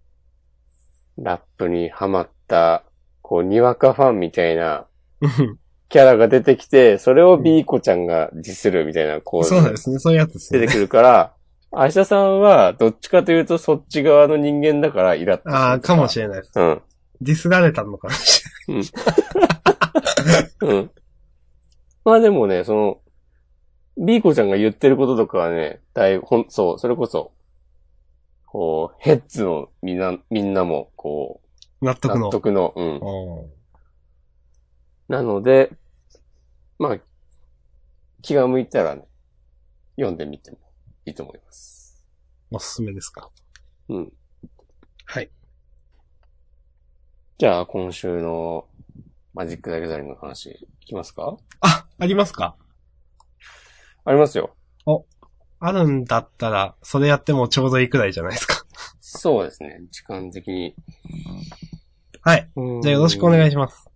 S1: う、ラップにハマった、こう、にわかファンみたいな
S2: うん
S1: キャラが出てきて、それをビーコちゃんがディスるみたいな、こう、
S2: そうですね、そういうやつです
S1: 出
S2: ね
S1: て。くる から、明日さんは、どっちかというとそっち側の人間だからイラッとすると
S2: ああ、かもしれないです。
S1: うん。
S2: ディスられたのかもしれ
S1: うん。まあでもね、その、ビーコちゃんが言ってることとかはね、だいぶ、ほん、そう、それこそ、こう、ヘッズのみんな、みんなも、こ
S2: ない。納
S1: う、
S2: 得の。
S1: 納得の、うん。
S2: うん
S1: なので、まあ、気が向いたらね、読んでみてもいいと思います。
S2: おすすめですか。
S1: うん。
S2: はい。
S1: じゃあ、今週のマジックだけザリの話、いきますか
S2: あ、ありますか
S1: ありますよ。
S2: あるんだったら、それやってもちょうどいいくらいじゃないですか。
S1: そうですね、時間的に。
S2: はい。じゃあよろしくお願いします。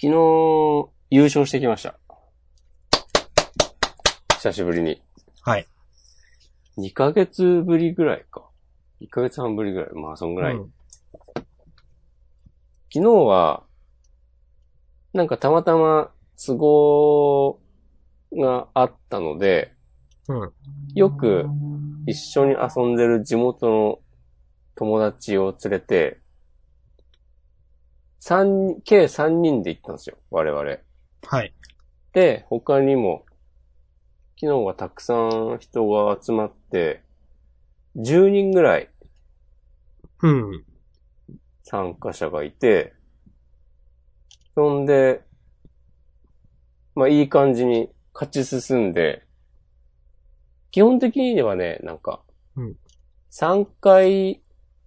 S1: 昨日、優勝してきました。久しぶりに。
S2: はい。
S1: 2ヶ月ぶりぐらいか。1ヶ月半ぶりぐらい。まあ、そんぐらい。
S2: うん
S1: 昨日は、なんかたまたま都合があったので、
S2: うん
S1: よく一緒に遊んでる地元の友達を連れて、三、計3人で行ったんですよ。我々。
S2: はい。
S1: で、他にも、昨日はたくさん人が集まって、10人ぐらい
S2: うん。
S1: 参加者がいて、そんで、まあいい感じに勝ち進んで、基本的にはね、なんか
S2: うん、
S1: 3回、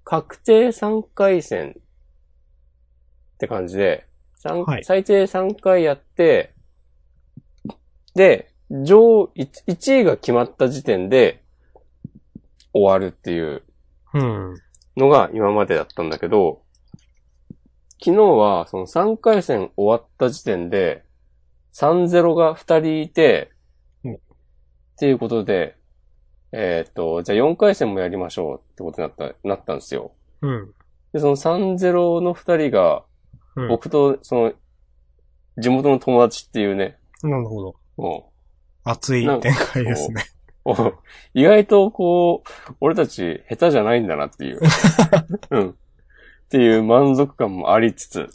S1: 確定3回戦って感じで、三
S2: はい
S1: 最低3回やって、で、上位、1位が決まった時点で終わるっていう
S2: うん。
S1: のが今までだったんだけど、昨日はその3回戦終わった時点で、3-0が2人いて、
S2: うん
S1: っていうことで、えっ、と、じゃあ4回戦もやりましょうってことになった、なったんですよ。
S2: うん。
S1: で、その3-0の2人が、
S2: うん
S1: 僕とその、地元の友達っていうね、
S2: なるほど。
S1: も
S2: 熱い展開ですね。
S1: う、意外とこう、俺たち下手じゃないんだなって いう。うん。っていう満足感もありつつ、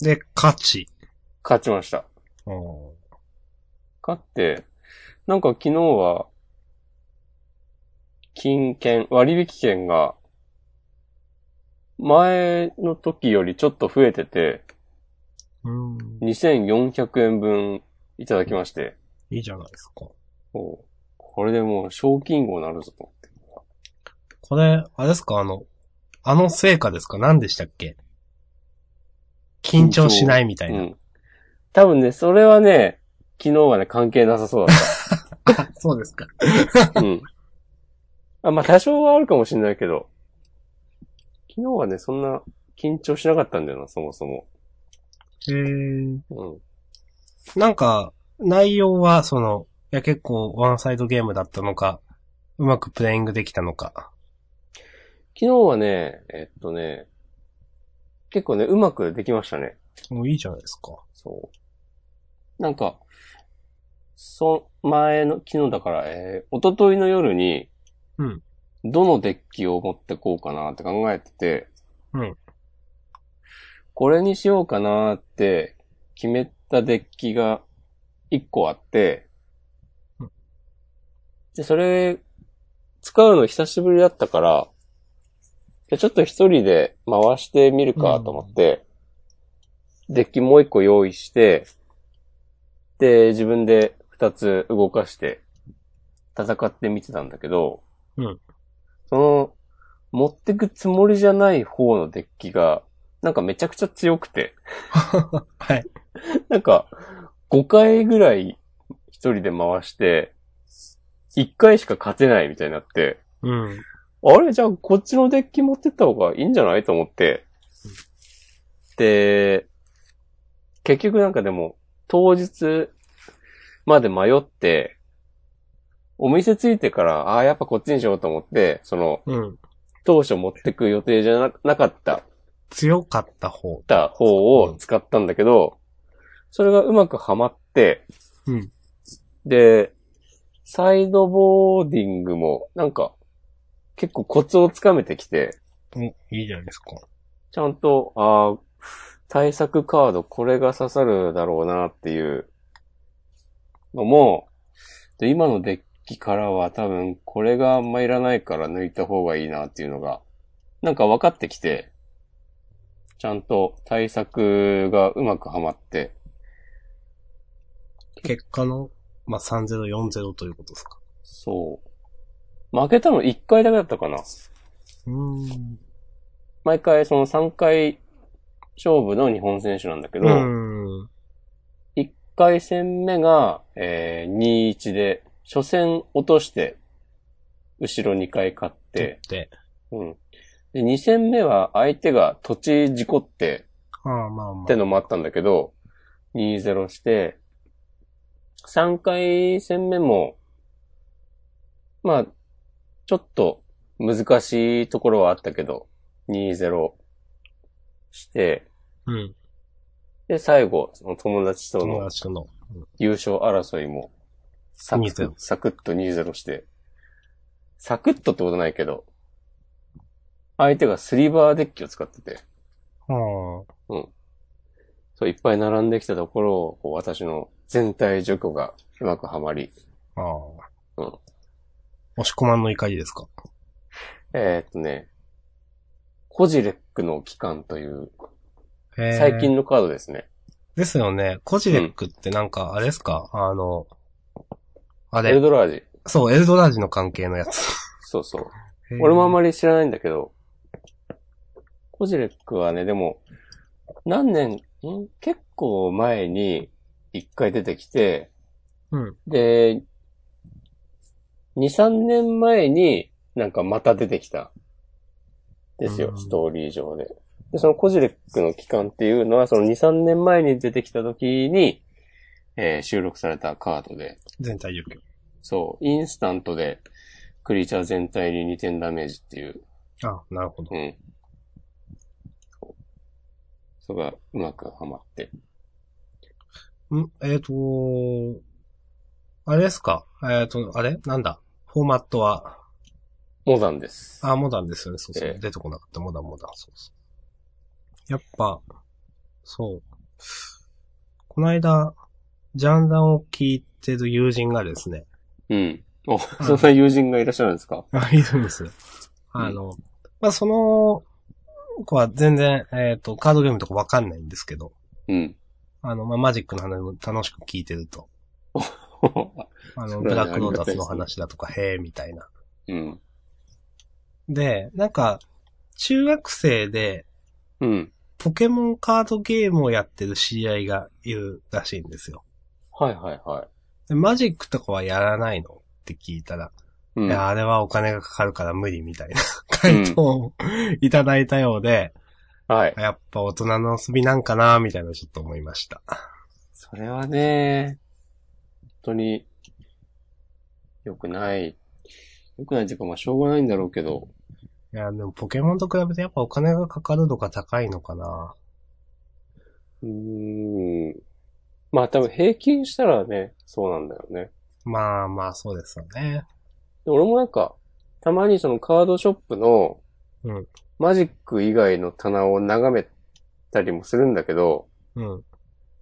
S2: で、勝ち。
S1: 勝ちました。
S2: うん
S1: 勝って、なんか昨日は、金券、割引券が、前の時よりちょっと増えてて、
S2: うん。
S1: 2400円分いただきまして、
S2: いいじゃないですか。
S1: おうこれでもう賞金王なるぞと。
S2: これ、あれですかあの、あの成果ですか何でしたっけ緊張しないみたいうな。
S1: ん。多分ね、それはね、昨日はね、関係なさそうだっ
S2: あ、 そうですか。
S1: た。うん。あ、まあ多少はあるかもしれないけど、昨日はね、そんな緊張しなかったんだよな、そもそも。
S2: えー、
S1: うん。
S2: なんか、内容は、その、いや結構ワンサイドゲームだったのか、うまくプレイングできたのか。
S1: 昨日はね、えっとね、結構ね、うまくできましたね。
S2: もういいじゃないですか。
S1: そう。なんか、そ、前の、昨日だから、えー、一昨日の夜に、
S2: うん。
S1: どのデッキを持ってこうかなって考えてて、
S2: うん。
S1: これにしようかなって決めたデッキが1個あって
S2: うん、
S1: で、それ、使うの久しぶりだったから、じゃあちょっと一人で回してみるかと思って、デッキもう一個用意して、で、自分で二つ動かして、戦ってみてたんだけど、
S2: うん
S1: その、持ってくつもりじゃない方のデッキが、なんかめちゃくちゃ強くて、
S2: はい。
S1: なんか、5回ぐらい一人で回して、1回しか勝てないみたいになって、
S2: うん。
S1: あれじゃあ、こっちのデッキ持ってった方がいいんじゃないと思って。で、結局なんかでも、当日まで迷って、お店着いてから、ああー、やっぱこっちにしようと思って、その、
S2: うん。
S1: 当初持ってく予定じゃななかった
S2: 強かった方。
S1: った方を使ったんだけど、それがうまくはまって、
S2: うん
S1: で、サイドボーディングも、なんか、結構コツをつかめてきて、
S2: お、いいじゃないですか。
S1: ちゃんと、ああ、対策カードこれが刺さるだろうなっていうのも、で今のデッキからは多分これがあんまいらないから抜いた方がいいなっていうのが、なんか分かってきて、ちゃんと対策がうまくはまって、
S2: 結果の、まあ、3040ということですか。
S1: そう。負けたの1回だけだったかな。
S2: うーん。
S1: 毎回その3回勝負の日本選手なんだけど、
S2: うん。
S1: 一回戦目が、えー、2-1で、初戦落として、後ろ2回勝って、
S2: で、
S1: うん。で、2戦目は相手が土地事故って、
S2: ああ、まあま
S1: っ
S2: あ
S1: て。のもあったんだけど、2-0して、3回戦目も、まあ、ちょっと難しいところはあったけど、2-0して、
S2: うん。
S1: で、最後、その友達と
S2: 友
S1: の
S2: 達との。
S1: 優勝争いも、サクッ
S2: 2-0
S1: と、サクッと2-0して、サクッとってことないけど、相手がスリーバーデッキを使ってて、
S2: ああ。
S1: そういっぱい並んできたところを、こう私の全体除去がうまくはまり、
S2: ああ。
S1: うん
S2: 押し込まんの怒りですか
S1: えーっとね、コジレックの機関という、
S2: へー
S1: 最近のカードですね。
S2: ですよね。コジレックってなんか、あれですか、あの、あ
S1: エル
S2: れ、
S1: ドラージ。
S2: そう、エルドラージの関係のやつ。
S1: そうそう。俺もあん
S2: り。
S1: まり知らないんだけど、コジレックはね、でも、何年、ん結構前に一回出てきて、
S2: うん。
S1: で、2、3年前になんかまた出てきた。です
S2: う
S1: よ、
S2: ん
S1: ストーリー上で。で、そのコジレックの期間っていうのは、その2、3年前に出てきた時に、えー収録されたカードで、
S2: 全体除
S1: そう、インスタントでクリーチャー全体に2点ダメージっていう
S2: 去。あなるほど。
S1: うん。それがうまくはまって。
S2: んえっ、と、あれですかえっ、と、あれなんだフォーマットは、
S1: モザンです。
S2: あ、モダンですよね。そうそう。
S1: ええ
S2: 出てこなかった。モダン、モダン。そうそう。やっぱ、そう。この間、ジャンダンを聞いてる友人がですね、
S1: うん。お、そんな友人がいらっしゃるんですか
S2: あ、いるんですよ。あの、まあ、その子は全然、えっ、と、カードゲームとかわかんないんですけど、
S1: うん。
S2: あの、まあ、マジックの話も楽しく聞いてると、あ
S1: そ
S2: の、
S1: れはね
S2: ブラックロータ
S1: ありが
S2: スの
S1: たいで
S2: 話だとか、へえ、みたいな。
S1: うん。
S2: で、なんか、中学生で、
S1: うん。
S2: ポケモンカードゲームをやってる知り合いがいるらしいんですよ。
S1: はいはいはい。
S2: でマジックとかはやらないのって聞いたら、
S1: うん。
S2: いや、あれはお金がかかるから無理みたいな 回答をいただいたようで、
S1: はい。
S2: やっぱ大人の遊びなんかなみたいなちょっと思いました。
S1: それはね、本当に、良くない。良くないっていうか、まあ、しょうがないんだろうけど、
S2: いや、でもポケモンと比べてやっぱお金がかかるのが高いのかな
S1: うーん。
S3: まあ多分平均したらね、そうなんだよね。
S2: まあまあ、そうですよね。
S3: で俺もなんか、たまにそのカードショップの
S2: うん、
S3: マジック以外の棚を眺めたりもするんだけど、
S2: うん。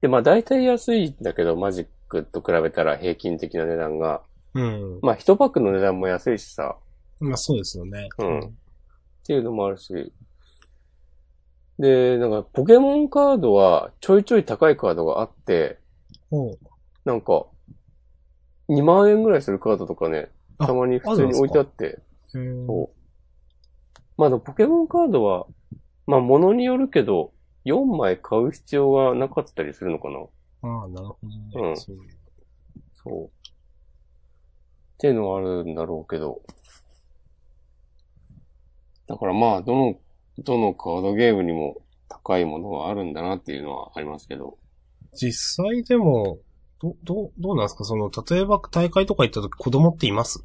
S3: で、まあ大体安いんだけど、マジックと比べたら平均的な値段が、
S2: うん。
S3: まあ一パックの値段も安いしさ、
S2: まあそうですよね。
S3: うん。っていうのもあるし。で、なんかポケモンカードはちょいちょい高いカードがあって、
S2: おう
S3: なんか、2万円ぐらいするカードとかね、
S2: あ
S3: たまに普通に置いてあって、
S2: へー
S3: そう。まあでもポケモンカードは、まあ物によるけど、4枚買う必要がなかったりするのかな
S2: ああ、なるほどね。
S3: うん
S2: そういう
S3: そう。っていうのはあるんだろうけど。
S1: だからまあ、どの、どのカードゲームにも高いものがあるんだなっていうのはありますけど。
S2: 実際でも、ど、ど、どうなんですかその、例えば大会とか行った時子供っています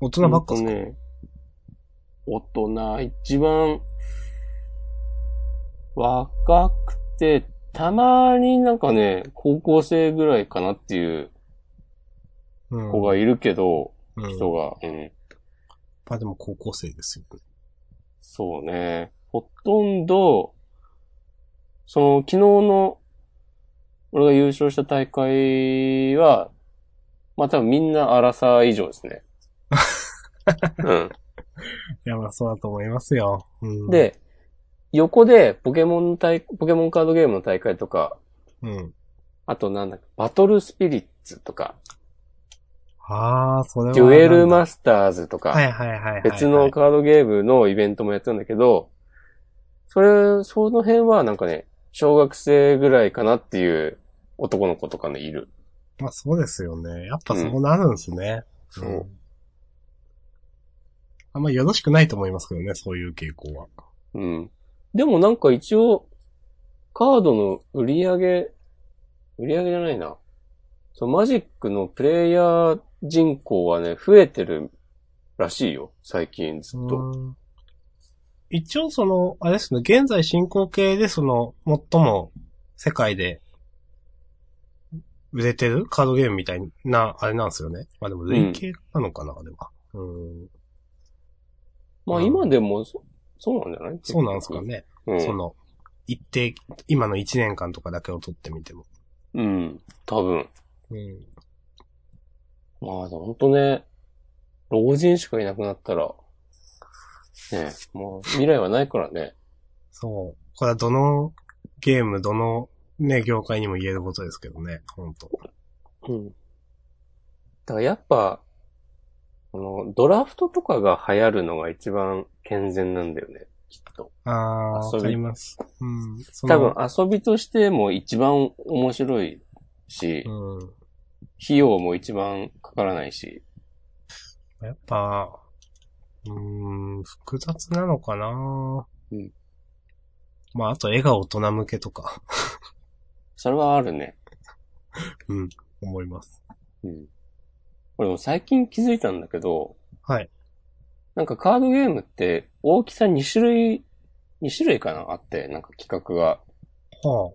S2: 大人ばっか
S1: ほ
S2: っす
S1: ん
S2: か、
S1: とね、大人、一番、若くて、たまになんかね、高校生ぐらいかなっていう
S2: うん。
S1: 子がいるけど、
S2: うん、
S1: 人が、うん。
S2: まあでも高校生ですよね。
S1: そうね。ほとんど、その、昨日の、俺が優勝した大会は、まあ多分みんな荒さ以上 ですね。うん。
S2: いや、まあそうだと思いますよ。うん。、
S3: で、横でポケモン大、ポケモンカードゲームの大会とか、
S2: うん。
S3: あとなんだっけ、バトルスピリッツとか、
S2: ああ、それは。
S3: デュエルマスターズと
S2: は
S3: か、
S2: いはいはいはいはい。
S3: 別のカードゲームのイベントもやってたんだけど、それ、その辺はなんかね、小学生ぐらいかなっていう男の子とかね、いる。
S2: まあそうですよね。やっぱそうなるんですね。
S3: うん
S2: ん
S3: そう。
S2: あんまよろしくないと思いますけどね、そういう傾向は。
S3: うん。でもなんか一応、カードの売り上げ、売り上げじゃないな。そう、マジックのプレイヤー人口はね、増えてるらしいよ。最近ずっと。
S2: うん一応その、あれですね、現在進行形でその、最も世界で売れてるカードゲームみたいな、あれなんですよね。まあでも累計なのかな、あれは。うん。
S3: まあ今でもそ、そうなんじゃない
S2: そうなんですか。ね。
S3: うん。
S2: その、一定、今の1年間とかだけを取ってみても。
S3: うん。多分。
S2: うん。
S3: まあ、ほんとね、老人しかいなくなったら、ねもう未来はないからね。
S2: そう。これはどのゲーム、どのね、業界にも言えることですけどね、本当
S3: うん。だからやっぱ、この、ドラフトとかが流行るのが一番健全なんだよね、きっと。
S2: ああ
S3: 遊び
S2: ー、わかります。うん。そ
S3: 多
S2: の
S3: 分遊びとしても一番面白いし、
S2: うん。
S1: 費用も一番かからないし。
S2: やっぱ、うーん、複雑なのかな
S1: うん。
S2: まあ、あと絵が大人向けとか、
S1: それはあるね。
S2: 思います。
S1: うん。俺も最近気づいたんだけど、
S2: はい。
S1: なんかカードゲームって大きさ2種類、2種類かなあって、なんか規格が
S2: は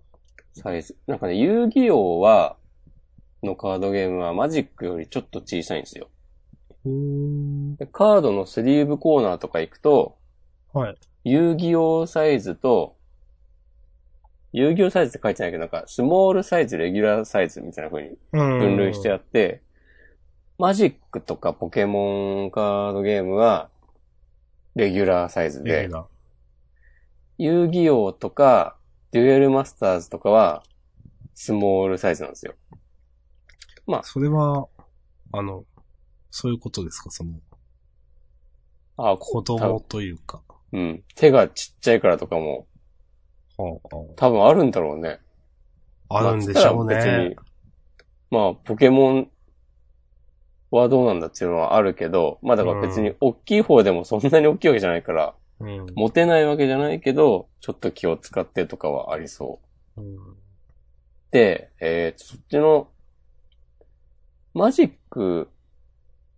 S1: サイズ。なんかね、遊戯王は、のカードゲームはマジックよりちょっと小さいんですよ。
S2: あ。うーん。
S1: でカードのスリーブコーナーとか行くと、
S2: はい。
S1: 遊戯王サイズと、遊戯王サイズって書いてないけど、なんか、スモールサイズ、レギュラーサイズみたいな風に
S2: うん。
S1: 分類してあって、マジックとかポケモンカードゲームは、レギュラーサイズ
S2: 絵
S1: で、
S2: が。
S1: 遊戯王とか、デュエルマスターズとかは、スモールサイズなんですよ。
S2: それは、あの、そういうことですか、その、
S1: あ、こ
S2: 子供というか。
S1: うん。手がちっちゃいからとかも、
S2: はあ、は
S1: 多分あるんだろうね。
S2: あ。あるんでしょう
S1: まあつったら
S2: ね
S1: 別。にまあ、ポケモンはどうなんだっていうのはあるけど、まあだから別に大きい方でもそんなに大きいわけじゃないから、
S2: うん。
S1: 持てないわけじゃないけど、ちょっと気を使ってとかはありそう。
S2: うん
S1: で、えー、そっちの、マジック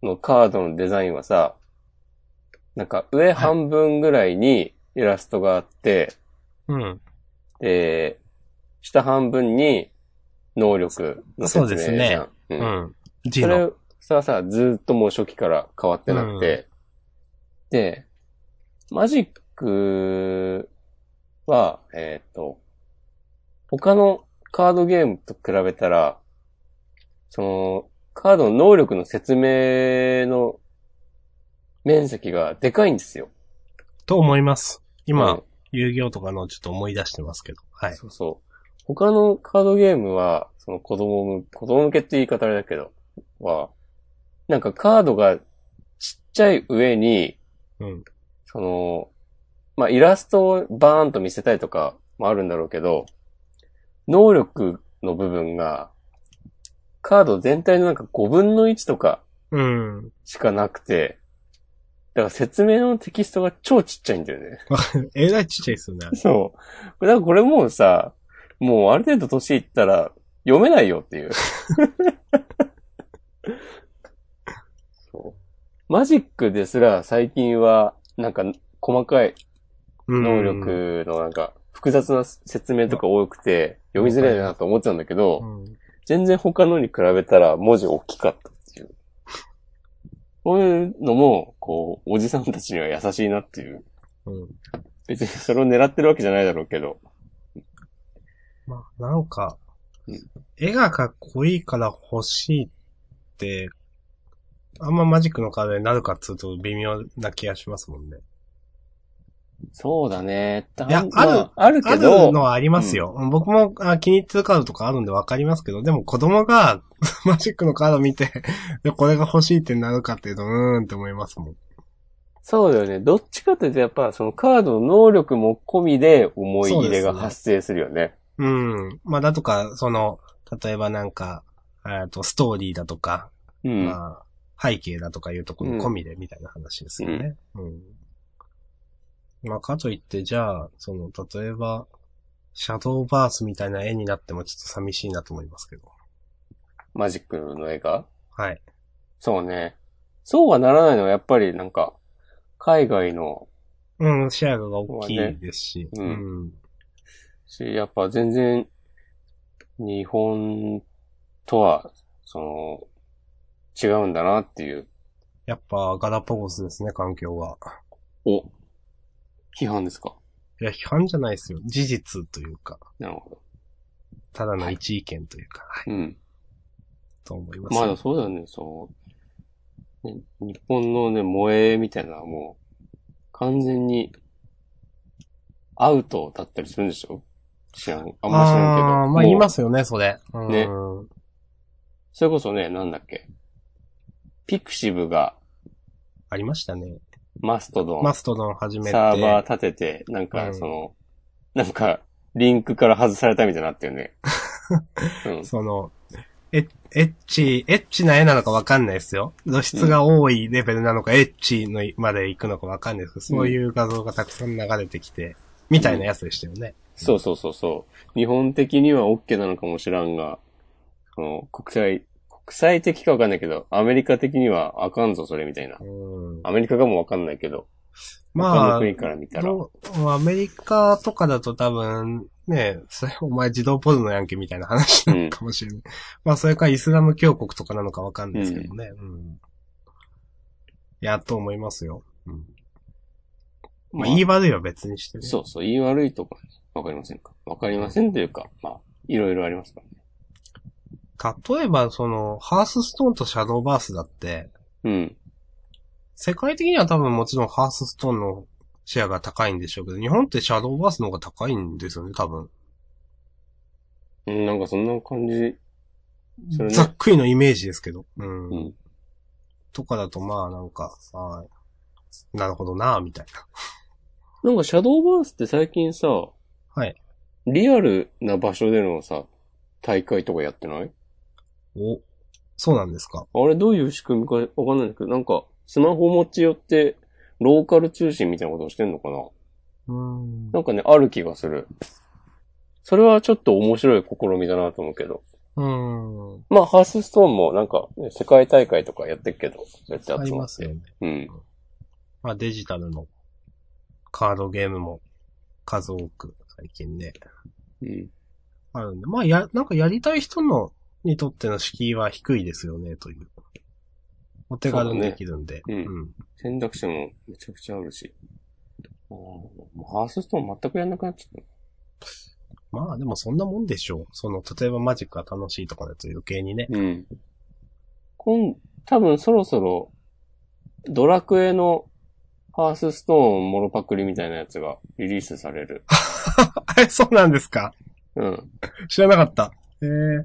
S1: のカードのデザインはさ、なんか上半分ぐらいにイラストがあって、
S2: うん。
S1: で、下半分に能力の説明じゃん。
S2: そうですね
S1: う
S2: うんん。
S1: そ
S2: G
S1: れ
S2: の。
S1: はさ、さ、ずっともう初期から変わってなくて、で、マジックは、えっ、と、他のカードゲームと比べたら、その、カードの能力の説明の面積がでかいんですよ。
S2: と思います。
S1: うん
S2: 今、遊戯王とかのちょっと思い出してますけど。はい。
S1: そうそう。他のカードゲームは、その子供向、子供向けって言い方あれだけど、は、なんかカードがちっちゃい上に、
S2: うん。
S1: その、まあ、イラストをバーンと見せたいとかもあるんだろうけど、能力の部分が、カード全体のなんか5分の1とか
S2: うん。
S1: しかなくて、だから説明のテキストが超ちっちゃいんだよね。
S2: えらいちっちゃいですよね。
S1: そう。だからこれもうさ、もうある程度年いったら読めないよっていう。 そう。マジックですら最近は、なんか細かい
S2: うん
S1: 能。力のなんか複雑な説明とか多くて読みづらいなと思ってたんだけ
S2: う
S1: ど、
S2: ん。
S1: 全然他のに比べたら文字大きかったっていう。こういうのも、こう、おじさんたちには優しいなっていう。
S2: うん。
S1: 別にそれを狙ってるわけじゃないだろうけど。
S2: まあ、なんか
S1: うん、
S2: 絵がかっこいいから欲しいって、あんまマジックのカードになるかっつうと微妙な気がしますもんね。
S1: そうだね。た
S2: いや
S1: まある
S2: あ
S1: け
S2: る
S1: ど、
S2: のはありますよ。僕もあ気に入ってるカードとかあるんでわかりますけど、でも子供が マジックのカード見て、でこれが欲しいってなるかっていうと、うーんって思いますもん。
S1: そうだよね。どっちかというと、やっぱそのカードの能力も込みで思い入れが発生するよね。
S2: うん。まあだとか、その、例えばなんか、えっと、ストーリーだとか、
S1: う
S2: まあ、背景だとかいうところ込みでみたいな話ですよね。うん。まあ、かといって、じゃあ、その、例えば、シャドーバースみたいな絵になってもちょっと寂しいなと思いますけど。
S1: マジックの絵が。
S2: はい。
S1: そうね。そうはならないのはやっぱりなんか、海外の
S2: うん、シェアが大きいですし。
S1: そうだね
S2: うん。
S1: し、やっぱ全然、日本とは、その、違うんだなっていう。
S2: やっぱ、ガラパゴスですね、環境が。
S1: お批判ですか
S2: いや、批判じゃないですよ。事実というか、
S1: なるほど。
S2: ただの一意見というか、はい、
S1: うん。
S2: と思います。
S1: まあでもそうだよね、そう。ね日本のね、萌えみたいなのはもう、完全に、アウトだったりするんでしょ知らん。あんま知らんけど。
S2: あー
S1: も
S2: まあ、
S1: う
S2: 言いますよね、それ。うん、
S1: ねそれこそね、なんだっけ。ピクシブが
S2: ありましたね。
S1: マストドン、
S2: マストドン始めて。
S1: サーバー立てて、なん
S2: う
S1: か
S2: ん
S1: その、なんか、リンクから外されたみたいになってる ね。うん。
S2: その、え、エッチ、エッチな絵なのかわかんないですよ。露出が多いレベルなのか、エッチのまで行くのかわかんないですけど、そういう画像がたくさん流れてきて、みたいなやつでしたよね。
S1: そうそうそうそう。日本的には OK なのかもしらんが、その国際、国際的かわかんないけど、アメリカ的にはあかんぞ、それみたいな。
S2: うん。
S1: アメリカかもわかんないけど、他
S2: ま
S1: の
S2: あ、
S1: 国から見たら。
S2: どうアメリカとかだと多分、ねそれお前自動ポルノやんけみたいな話なのかもしれない。まあ、それかイスラム教国とかなのかわかんないですけどね。うん。いや、と思いますよ。うん。まあ、言い悪いは別にしてね。
S1: そうそう、言い悪いとか、わかりませんかわかりませんというか、まあ、いろいろありますからね。
S2: 例えば、その、ハースストーンとシャドーバースだって、
S1: うん。
S2: 世界的には多分もちろんハースストーンのシェアが高いんでしょうけど、日本ってシャドーバースの方が高いんですよね、多分。
S1: うんなんかそんな感じ、それね
S2: ざっくりのイメージですけど。うん。
S1: うん
S2: とかだと、まあなんか、はい。なるほどな、みたいな。
S1: なんかシャドーバースって最近さ、
S2: はい。
S1: リアルな場所でのさ、大会とかやってない
S2: お、そうなんですか。
S1: あれどういう仕組みかわかんないんだけど、なんか、スマホ持ち寄って、ローカル通信みたいなことをしてんのかな
S2: うん
S1: なんかね、ある気がする。それはちょっと面白い試みだなと思うけど。
S2: うん。
S1: まあ、ハースストーンもなんか、ね、世界大会とかやってるけど、そうやって集まっ
S2: あ
S1: て。
S2: りますよね。
S1: うん。
S2: まあデジタルのカードゲームも数多く、最近ね。
S1: うん。
S2: あるんで。まあ、や、なんかやりたい人の、にとっての敷居は低いですよね、という。お手軽にできるんで。
S1: そうだね
S2: うん。
S1: 選択肢もめちゃくちゃあるし。あーもうハースストーン全くやんなくなっちゃっ
S2: まあ、でもそんなもんでしょう。その、例えばマジックが楽しいとかだと余計にね。
S1: た。うん。今、多分そろそろ、ドラクエのハースストーンモロパクリみたいなやつがリリースされる。
S2: え、そうなんですか
S1: うん。
S2: 知らなかった。ええー。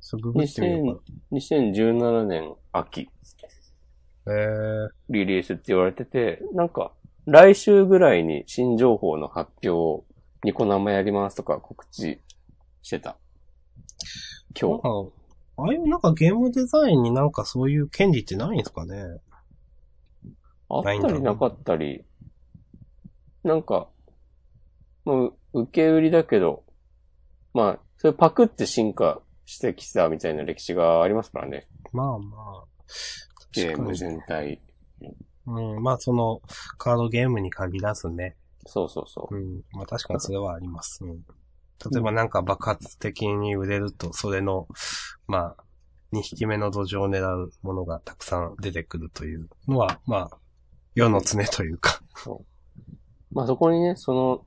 S2: そう、ググってみようかな
S1: 2000。2017年秋、
S2: えー、
S1: リリースって言われてて、なんか、来週ぐらいに新情報の発表をニコ生やりますとか告知してた。今日。
S2: あああいうなんかゲームデザインになんかそういう権利ってないんですかね
S1: あった
S2: ないんだろ
S1: り
S2: う
S1: なかったり、なんか、まあ、受け売りだけど、まあ、それパクって進化してきたみたいな歴史がありますからね。
S2: まあまあ。
S1: ゲー
S2: 確か
S1: ム
S2: に。
S1: 全体。
S2: うん、まあその、カードゲームに限らずね。。
S1: そうそうそう
S2: ん。まあ確かにそれはあります。うん。例えばなんか爆発的に売れると、それの、まあ、2匹目の土壌を狙うものがたくさん出てくるというのは、まあ、世の常というか。
S1: う。まあ、そこにね、その、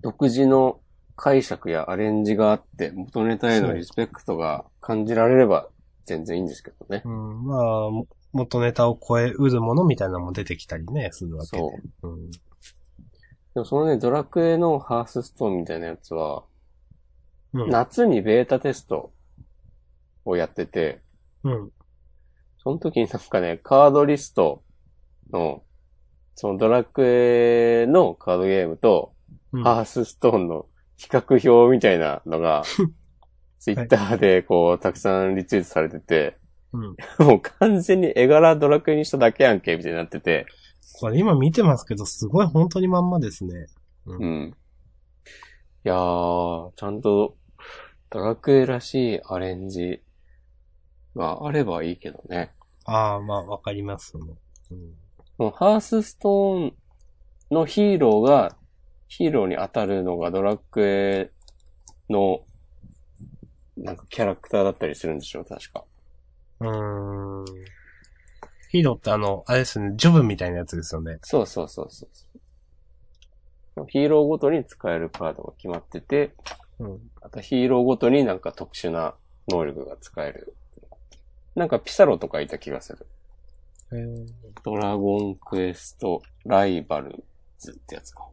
S1: 独自の解釈やアレンジがあって、元ネタへのリスペクトが感じられれば全然いいんですけどね。
S2: うん。まあ、も元ネタを超えうるものみたいなのも出てきたりね、するわけで。
S1: そう。
S2: うん。
S1: でもそのね、ドラクエのハースストーンみたいなやつは、
S2: うん。
S1: 夏にベータテストをやってて、
S2: うん。
S1: その時になんかね、カードリストの、そのドラクエのカードゲームと、
S2: うん
S1: ハースストーンの比較表みたいなの が、ツイッターでこう、たくさんリツイートされてて、
S2: うん。
S1: もう完全に絵柄ドラクエにしただけやんけ、みたいになってて、
S2: これ今見てますけど、すごい本当にまんまですね。
S1: うん。いやー、ちゃんと、ドラクエらしいアレンジがあればいいけどね。
S2: ああ、まあわかりますもう
S1: もうハースストーンのヒーローが、ヒーローに当たるのがドラクエの、なんかキャラクターだったりするんでしょう、確か。
S2: ん。うーん。ヒーローってあの、あれですね、ジョブみたいなやつですよね。
S1: そうそうそうそうそう。ヒーローごとに使えるカードが決まってて、
S2: うん。
S1: あとヒーローごとになんか特殊な能力が使える。なんかピサロとかいた気がする。
S2: えー、
S1: ドラゴンクエストライバルズってやつか。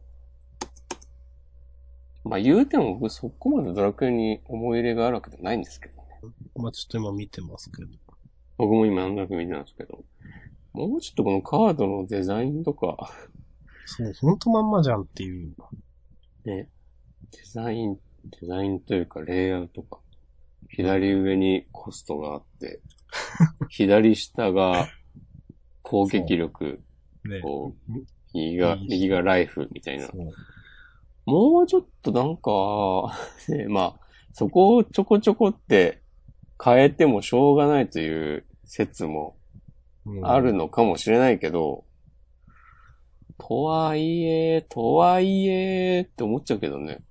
S1: まあ言うても僕そこまでドラクエに思い入れがあるわけじゃないんですけどね。
S2: まあちょっと今見てますけど。
S1: 僕も今なんとなく見てたんですけど。もうちょっとこのカードのデザインとか、
S2: そう、ほんとまんまじゃんっていう。
S1: ね、デザイン、デザインというかレイアウトか。左上にコストがあって、左下が攻撃力、
S2: ね。
S1: こう右が、右がライフみたいな。
S2: そう
S1: もうちょっとなんか、 ね、まあ、そこをちょこちょこって変えてもしょうがないという説も
S2: うん
S1: あるのかもしれないけど、とはいえ、とはいえって思っちゃうけどね。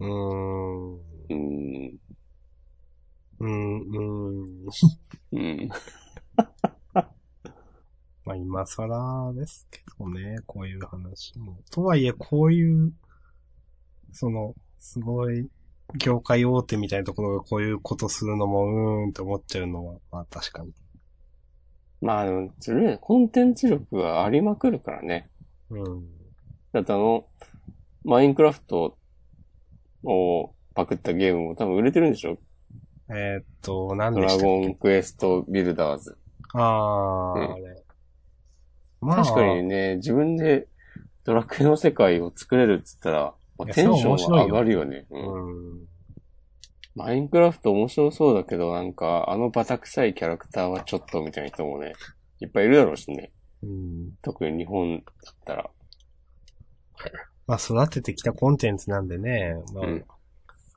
S2: うーん。
S1: うーん。
S2: うん、うん。
S1: うん。
S2: まあ今更ですけどね、こういう話も。とはいえ、こういう、その、すごい、業界大手みたいなところがこういうことするのも、うーんって思っちゃうのは、まあ確かに。
S1: まあでも、ずるい。コンテンツ力がありまくるからね。
S2: うん。
S1: だってあの、マインクラフトをパクったゲームも多分売れてるんでしょ
S2: えーっと、何
S1: ド
S2: で
S1: ラ
S2: したっ
S1: ゴン
S2: け
S1: クエストビルダーズ。
S2: あー、
S1: うん
S2: あれ。ま
S1: 確かにね、自分でドラクエの世界を作れるっつったら、まあ、
S2: いや
S1: テンショ
S2: そ
S1: ン
S2: れは面白い
S1: は
S2: よ
S1: 上がるよね。うん
S2: うん。
S1: マインクラフト面白そうだけど、なんか、あのバタ臭いキャラクターはちょっとみたいな人もね、いっぱいいるだろうしね。
S2: うん。
S1: 特に日本だったら。
S2: まあ育ててきたコンテンツなんでね、まあ、
S1: うん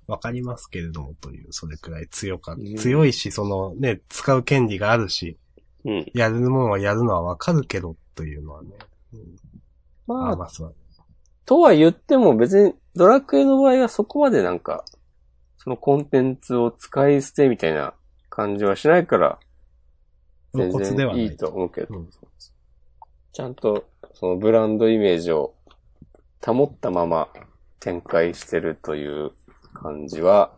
S2: わかりますけれどもという、それくらい強か、
S1: うん
S2: 強いし、そのね、使う権利があるし、
S1: うん。
S2: やるものはやるのはわかるけど、というのはね。
S1: まあ、
S2: まあそう。
S1: とは言っても別にドラクエの場合はそこまでなんか、そのコンテンツを使い捨てみたいな感じはしないから、全
S2: 露骨では
S1: 然
S2: ないい。
S1: いと思うけど、
S2: うん
S1: ちゃんとそのブランドイメージを保ったまま展開してるという感じは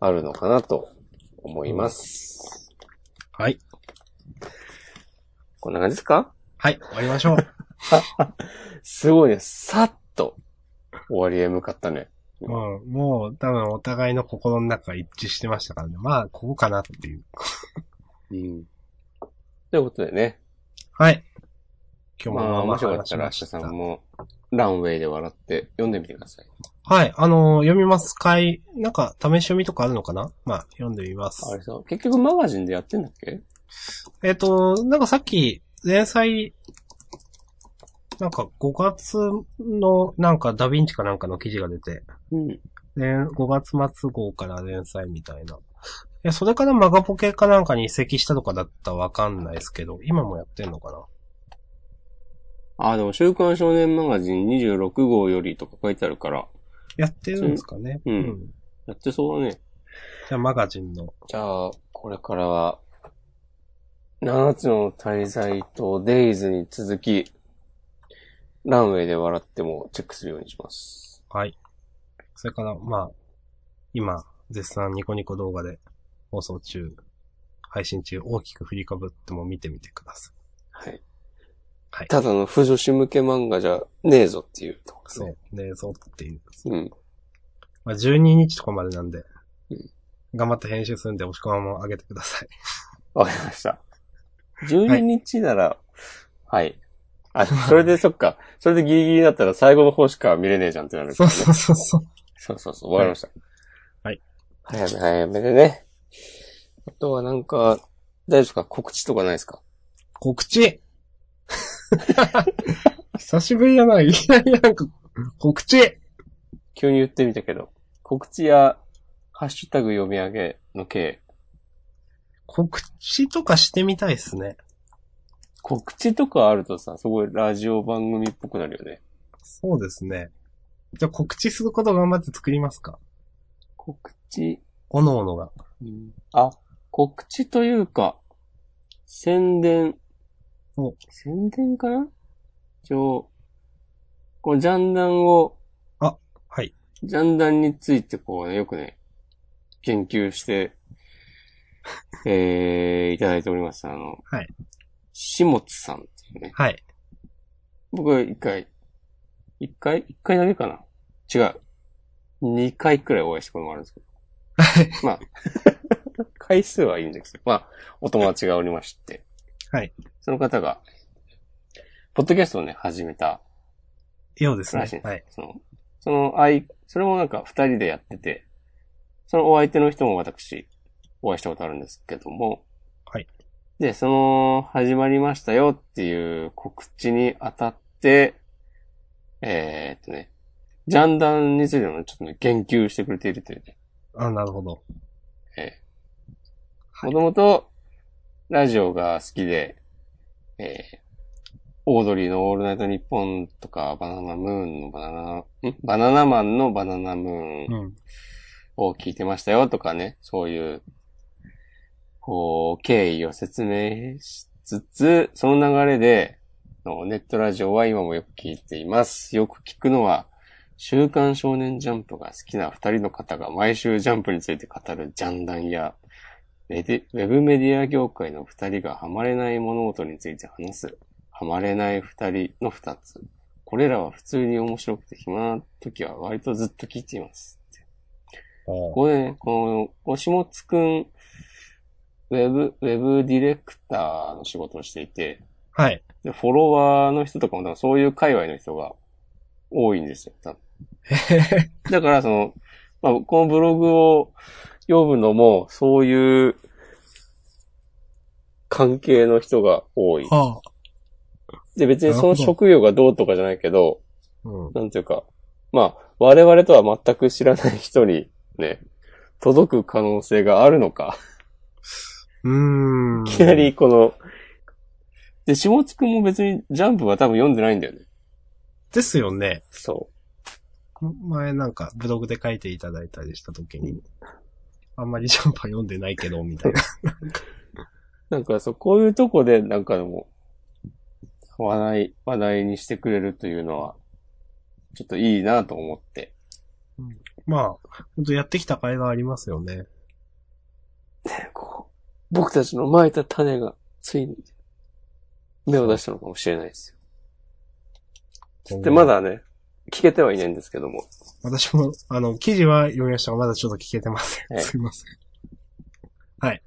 S1: あるのかなと思います。
S2: はい。
S1: こんな感じですか
S2: はい、終わりま しょう。
S1: すごいね。さっと終わりへ向かったね。
S2: うん、もう多分お互いの心の中一致してましたからね。まあ、ここかなっていう。
S1: うん。ということでね。
S2: はい。今日
S1: ま
S2: も
S1: あ、
S2: まあま
S1: 面
S2: あ
S1: 白かった
S2: 話し
S1: ら、明
S2: ま
S1: 日
S2: し
S1: さ
S2: た。
S1: んも、ランウェイで笑って読んでみてください。
S2: はい、あのー読みますかい、なんか試し読みとかあるのかなまあ、読んでみます。
S1: あれさ、結局マガジンでやってんだっけ
S2: えっ、と、なんかさっき、連載、なんか5月の、なんかダヴィンチかなんかの記事が出て、
S1: うん。
S2: 連5月末号から連載みたいな。え、それからマガポケかなんかに移籍したとかだったらわかんないですけど、今もやってんのかな
S1: あ、でも、週刊少年マガジン26号よりとか書いてあるから、
S2: やってるんですかね
S1: うんやってそうだね。
S2: じゃあマガジンの。
S1: じゃあ、これからは、7つの滞在とデイズに続き、ランウェイで笑ってもチェックするようにします。
S2: はい。それから、まあ、今、絶賛ニコニコ動画で放送中、配信中、大きく振りかぶっても見てみてください。
S1: はい。
S2: はい
S1: ただの不女子向け漫画じゃねえぞっていうとこです
S2: そ
S1: ね。
S2: う。ねそうっていう。
S1: うん。
S2: まあ、12日とかまでなんで
S1: うん、
S2: 頑張って編集するんで、押し込まも上げてください。
S1: わかりました。12日なら、はい。あ、それで、そっか。それでギリギリだったら最後の方しか見れねえじゃんってなるか
S2: そう
S1: らね、
S2: そうそうそう。
S1: そうそうそう、わかりました。
S2: はい。
S1: 早め早めでね。あとはなんか、大丈夫ですか告知とかないですか
S2: 告知久しぶりやな。いきなりなんか、告知
S1: 急に言ってみたけど。告知や、ハッシュタグ読み上げの系。
S2: 告知とかしてみたいですね。
S1: 告知とかあるとさ、すごいラジオ番組っぽくなるよね。
S2: そうですね。じゃあ告知すること頑張って作りますか
S1: 告知、
S2: おのおのが。
S1: あ、告知というか、宣伝
S2: お。
S1: 宣伝かな一応、こう、ジャンダンを、
S2: はい。
S1: ジャンダンについてこうね、よくね、研究 して、えー、いただいております。あの、
S2: はい。
S1: しもつさんっていうね。
S2: はい。
S1: 僕は一回、一回一回だけかな違う。二回くらいお会いしたこともあるんですけど。まあ、回数はいいんですけど、まあ、お友達がおりまして。
S2: はい。
S1: その方が、ポッドキャストをね、始めた
S2: ようです
S1: らしいん
S2: ね
S1: で。す。
S2: はい。
S1: その、その、あい、それもなんか二人でやってて、そのお相手の人も私、お会いしたことあるんですけども、
S2: はい。
S1: で、その、始まりましたよっていう告知にあたって、えーっとね、ジャンダンについてもちょっとね、言及してくれているというね。
S2: あ、なるほど。は
S1: も
S2: い
S1: ともと、ラジオが好きで、えー、オードリーのオールナイトニッポンとか、バナナムーンのバナナ、んバナナマンのバナナムーン
S2: うん。
S1: を聞いてましたよとかね、そういう、こう、経緯を説明しつつ、その流れで、のネットラジオは今もよく聞いています。よく聞くのは、週刊少年ジャンプが好きな二人の方が毎週ジャンプについて語るジャンダンや、メディウェブメディア業界の二人がハマれない物事について話す、ハマれない二人の二つ。これらは普通に面白くて暇な時は割とずっと聞いています。
S2: おー
S1: これね、この、おしもつくん、ウェブ、ウェブディレクターの仕事をしていて、
S2: はい。
S1: で、フォロワーの人とかも多分そういう界隈の人が多いんですよ、多 分。だから、その、まあ、このブログを読むのも、そういう関係の人が多い。
S2: はあ。
S1: で、別にその
S2: なるほど
S1: 職業がどうとかじゃないけど、
S2: うん。
S1: なんていうか、まあ、我々とは全く知らない人にね、届く可能性があるのか。
S2: うーん。
S1: いきなりこの、で、下津くんも別にジャンプは多分読んでないんだよね。
S2: ですよね。
S1: そう。
S2: 前なんかブログで書いていただいたりした時に、あんまりジャンパー読んでないけど、みたいな。
S1: なんかそう、こういうとこでなんかでも、話題、話題にしてくれるというのは、ちょっといいなと思って。
S2: まあ、ほんとやってきた甲斐がありますよね。
S1: こう、僕たちの蒔いた種が、ついに、芽を出したのかもしれないですよ。で、まだね、聞けてはいないんですけども。
S2: 私も、あの、記事は読みましたが、まだちょっと聞けてません。
S1: ええ
S2: すいません。はい。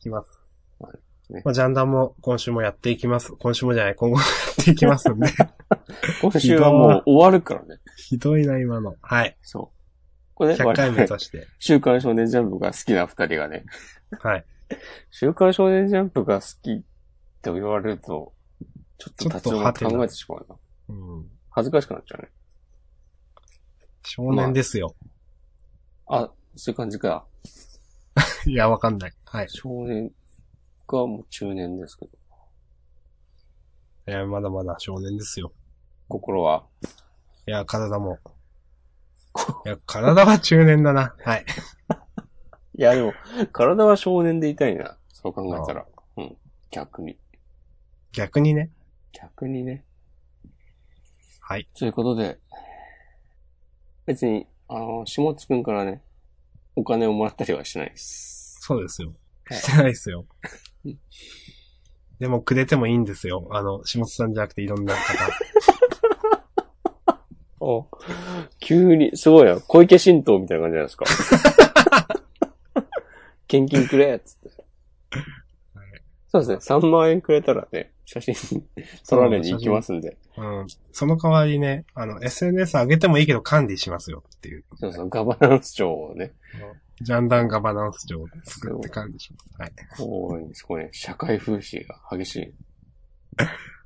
S2: 聞きます。
S1: はね
S2: まあ、ジャンダンも今週もやっていきます。今週もじゃない、今後もやっていきますんで。
S1: 今週はもう終わるからね。
S2: ひどいな、今の。 はい。
S1: そう。これね、
S2: 100回目
S1: 我
S2: 指
S1: 々、
S2: して。
S1: 週刊少年ジャンプが好きな二人がね、
S2: はい。
S1: 週刊少年ジャンプが好きと言われると、ちょっと立ち止まって考えてしまうな。
S2: うん。
S1: 恥ずかしくなっちゃうね。
S2: 少年ですよ。
S1: あ、そういう感じか。
S2: いや、わかんない。はい。
S1: 少年がもう中年ですけど、
S2: いや、まだまだ少年ですよ。
S1: 心は。
S2: いや、体も。いや、体は中年だな。はい。
S1: いや、でも、体は少年でいたいな。そう考えたら。うん。逆に。
S2: 逆にね。
S1: 逆にね。
S2: はい。
S1: ということで、別に、あの、下津くんからね、お金をもらったりはしないです。
S2: そうですよ。
S1: はい
S2: してないですよ。でも、くれてもいいんですよ。あの、下津さんじゃなくていろんな方。
S1: お急に、すごいな。小池神道みたいな感じじゃないですか。 献金くれっつって
S2: はい。
S1: そうですね。3万円くれたらね、写真撮られに行きますんで。
S2: うん。その代わりね、あの、SNS 上げてもいいけど管理しますよっていう。
S1: そうそう、ガバナンス庁をね、
S2: ジャンダンガバナンス上作って管理します。はい。
S1: こう、すごいね、社会風刺が激しい。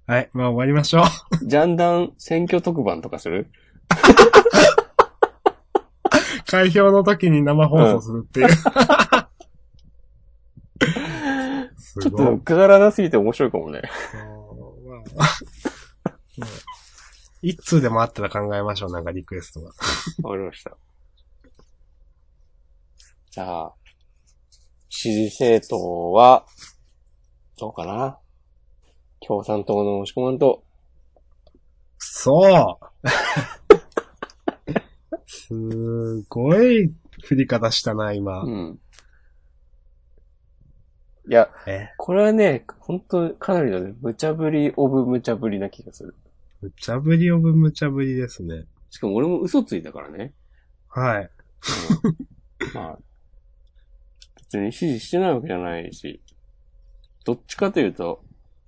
S2: はい。まあ、終わりましょう。
S1: ジャンダン選挙特番とかする
S2: 開票の時に生放送するっていう。 す
S1: ちょっ
S2: ご
S1: と
S2: い。
S1: くだらなすぎて面白いかもね。
S2: まあうん一通でもあったら考えましょう、なんかリクエストが。
S1: わかりました。じゃあ、支持政党は、どうかな共産党の押し込まんと、
S2: そうすごい振り方したな、今。
S1: うん。いや、
S2: え、
S1: これはね、本当かなりのね、無茶ぶりオブ無茶ぶりな気がする。
S2: 無茶ぶりオブ無茶ぶりですね。
S1: しかも俺も嘘ついたからね。
S2: はい。
S1: まあ、別に支持してないわけじゃないし、どっちかというと、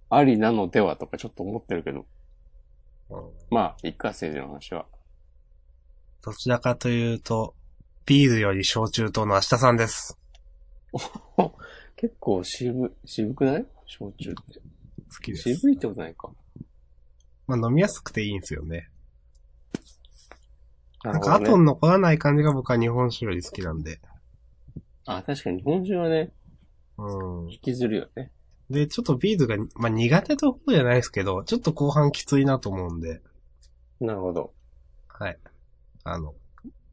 S1: ありなのではとかちょっと思ってるけど、まあ、一家政治の話は。
S2: どちらかというと、ビールより焼酎党の明日さんです。
S1: 結構渋、渋くない焼酎っ
S2: 好き
S1: て。
S2: です。
S1: 渋いってことないか。
S2: まあ飲みやすくていいんですよね。
S1: な
S2: なんか後に残らない感じが僕は日本酒より好きなんで。
S1: あ、確かに日本酒はね、
S2: うん。
S1: 引きずるよね。
S2: で、ちょっとビールが、まあ苦手とほどじゃないですけど、ちょっと後半きついなと思うんで、
S1: なるほど。
S2: はい。あの、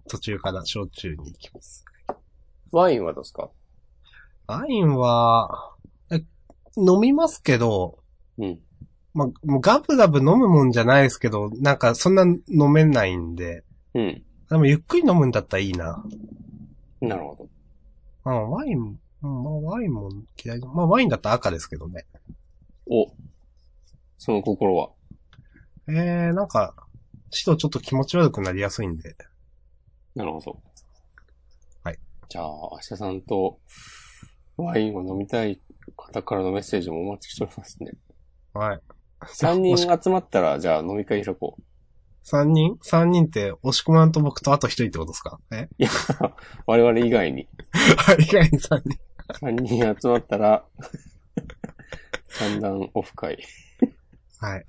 S2: 途中から焼酎に行きます。
S1: ワインはどうですか
S2: ワインは、え飲みますけど、
S1: うん。
S2: まあ、もうガブガブ飲むもんじゃないですけど、なんかそんな飲めないんで、
S1: うん。
S2: でもゆっくり飲むんだったらいいな。
S1: なるほど。
S2: まあ、ワイン、うんまあ、ワインも嫌いだ。まあ、ワインだったら赤ですけどね。
S1: お。その心は。
S2: えー、なんか、白ちょっと気持ち悪くなりやすいんで。
S1: なるほど。
S2: はい。
S1: じゃあ、明日さんと、ワインを飲みたい方からのメッセージもお待ちしておりますね。
S2: はい。
S1: 3人
S2: もし
S1: 集まったら、じゃあ飲み会開こう。
S2: 三人三人って、押し込まんと僕とあと一人ってことですか え
S1: 我々以外に。
S2: 意外に三人。
S1: 三人集まったら、三段オフ会。
S2: はい。わ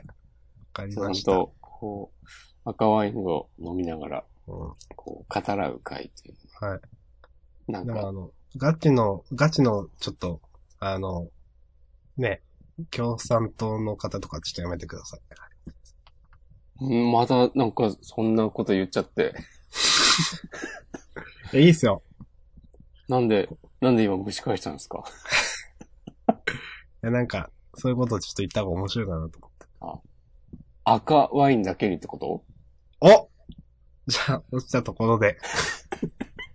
S2: かり
S1: ちゃ
S2: ま
S1: ん
S2: した。
S1: と、こう、赤ワインを飲みながら、
S2: うん
S1: こう、語らう会という。
S2: はい。
S1: なん
S2: でも
S1: か、
S2: あの、ガチの、ガチの、ちょっと、あの、ね、共産党の方とかちょっとやめてください。
S1: うんまた、なんか、そんなこと言っちゃって。
S2: え、いいっすよ。
S1: なんで、なんで今蒸し返したんですか
S2: いや、なんか、そういうことをちょっと言った方が面白いかなと
S1: 赤ワインだけにってこと
S2: 思って。おじゃあ、落ちたところで。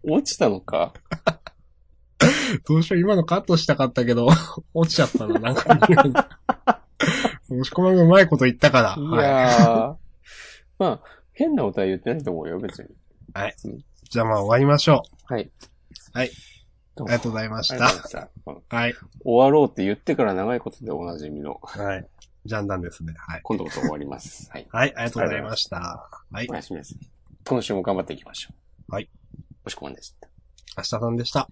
S1: 落ちたのか
S2: どうしよう、今のカットしたかったけど、 落ちちゃったな、なんか。 押し込まんがうまいこと言ったから。
S1: い
S2: はい
S1: やー。まあ、変なことは言ってないと思うよ、別に。
S2: じゃあまあ終わりましょう。
S1: はい。
S2: はい。あ
S1: どう
S2: り
S1: も
S2: がとうございまし
S1: あり
S2: た
S1: がとう。ございました。
S2: はい。
S1: 終わろうって言ってから長いことでおなじみの、
S2: はい。ジャンダンですね。はい。
S1: 今度こそ終わります。はい。
S2: はい、ありがとうございました。はい
S1: お。やすみです。今週も頑張っていきましょう。
S2: はい。
S1: おしこまんでした。
S2: 明日さんでした。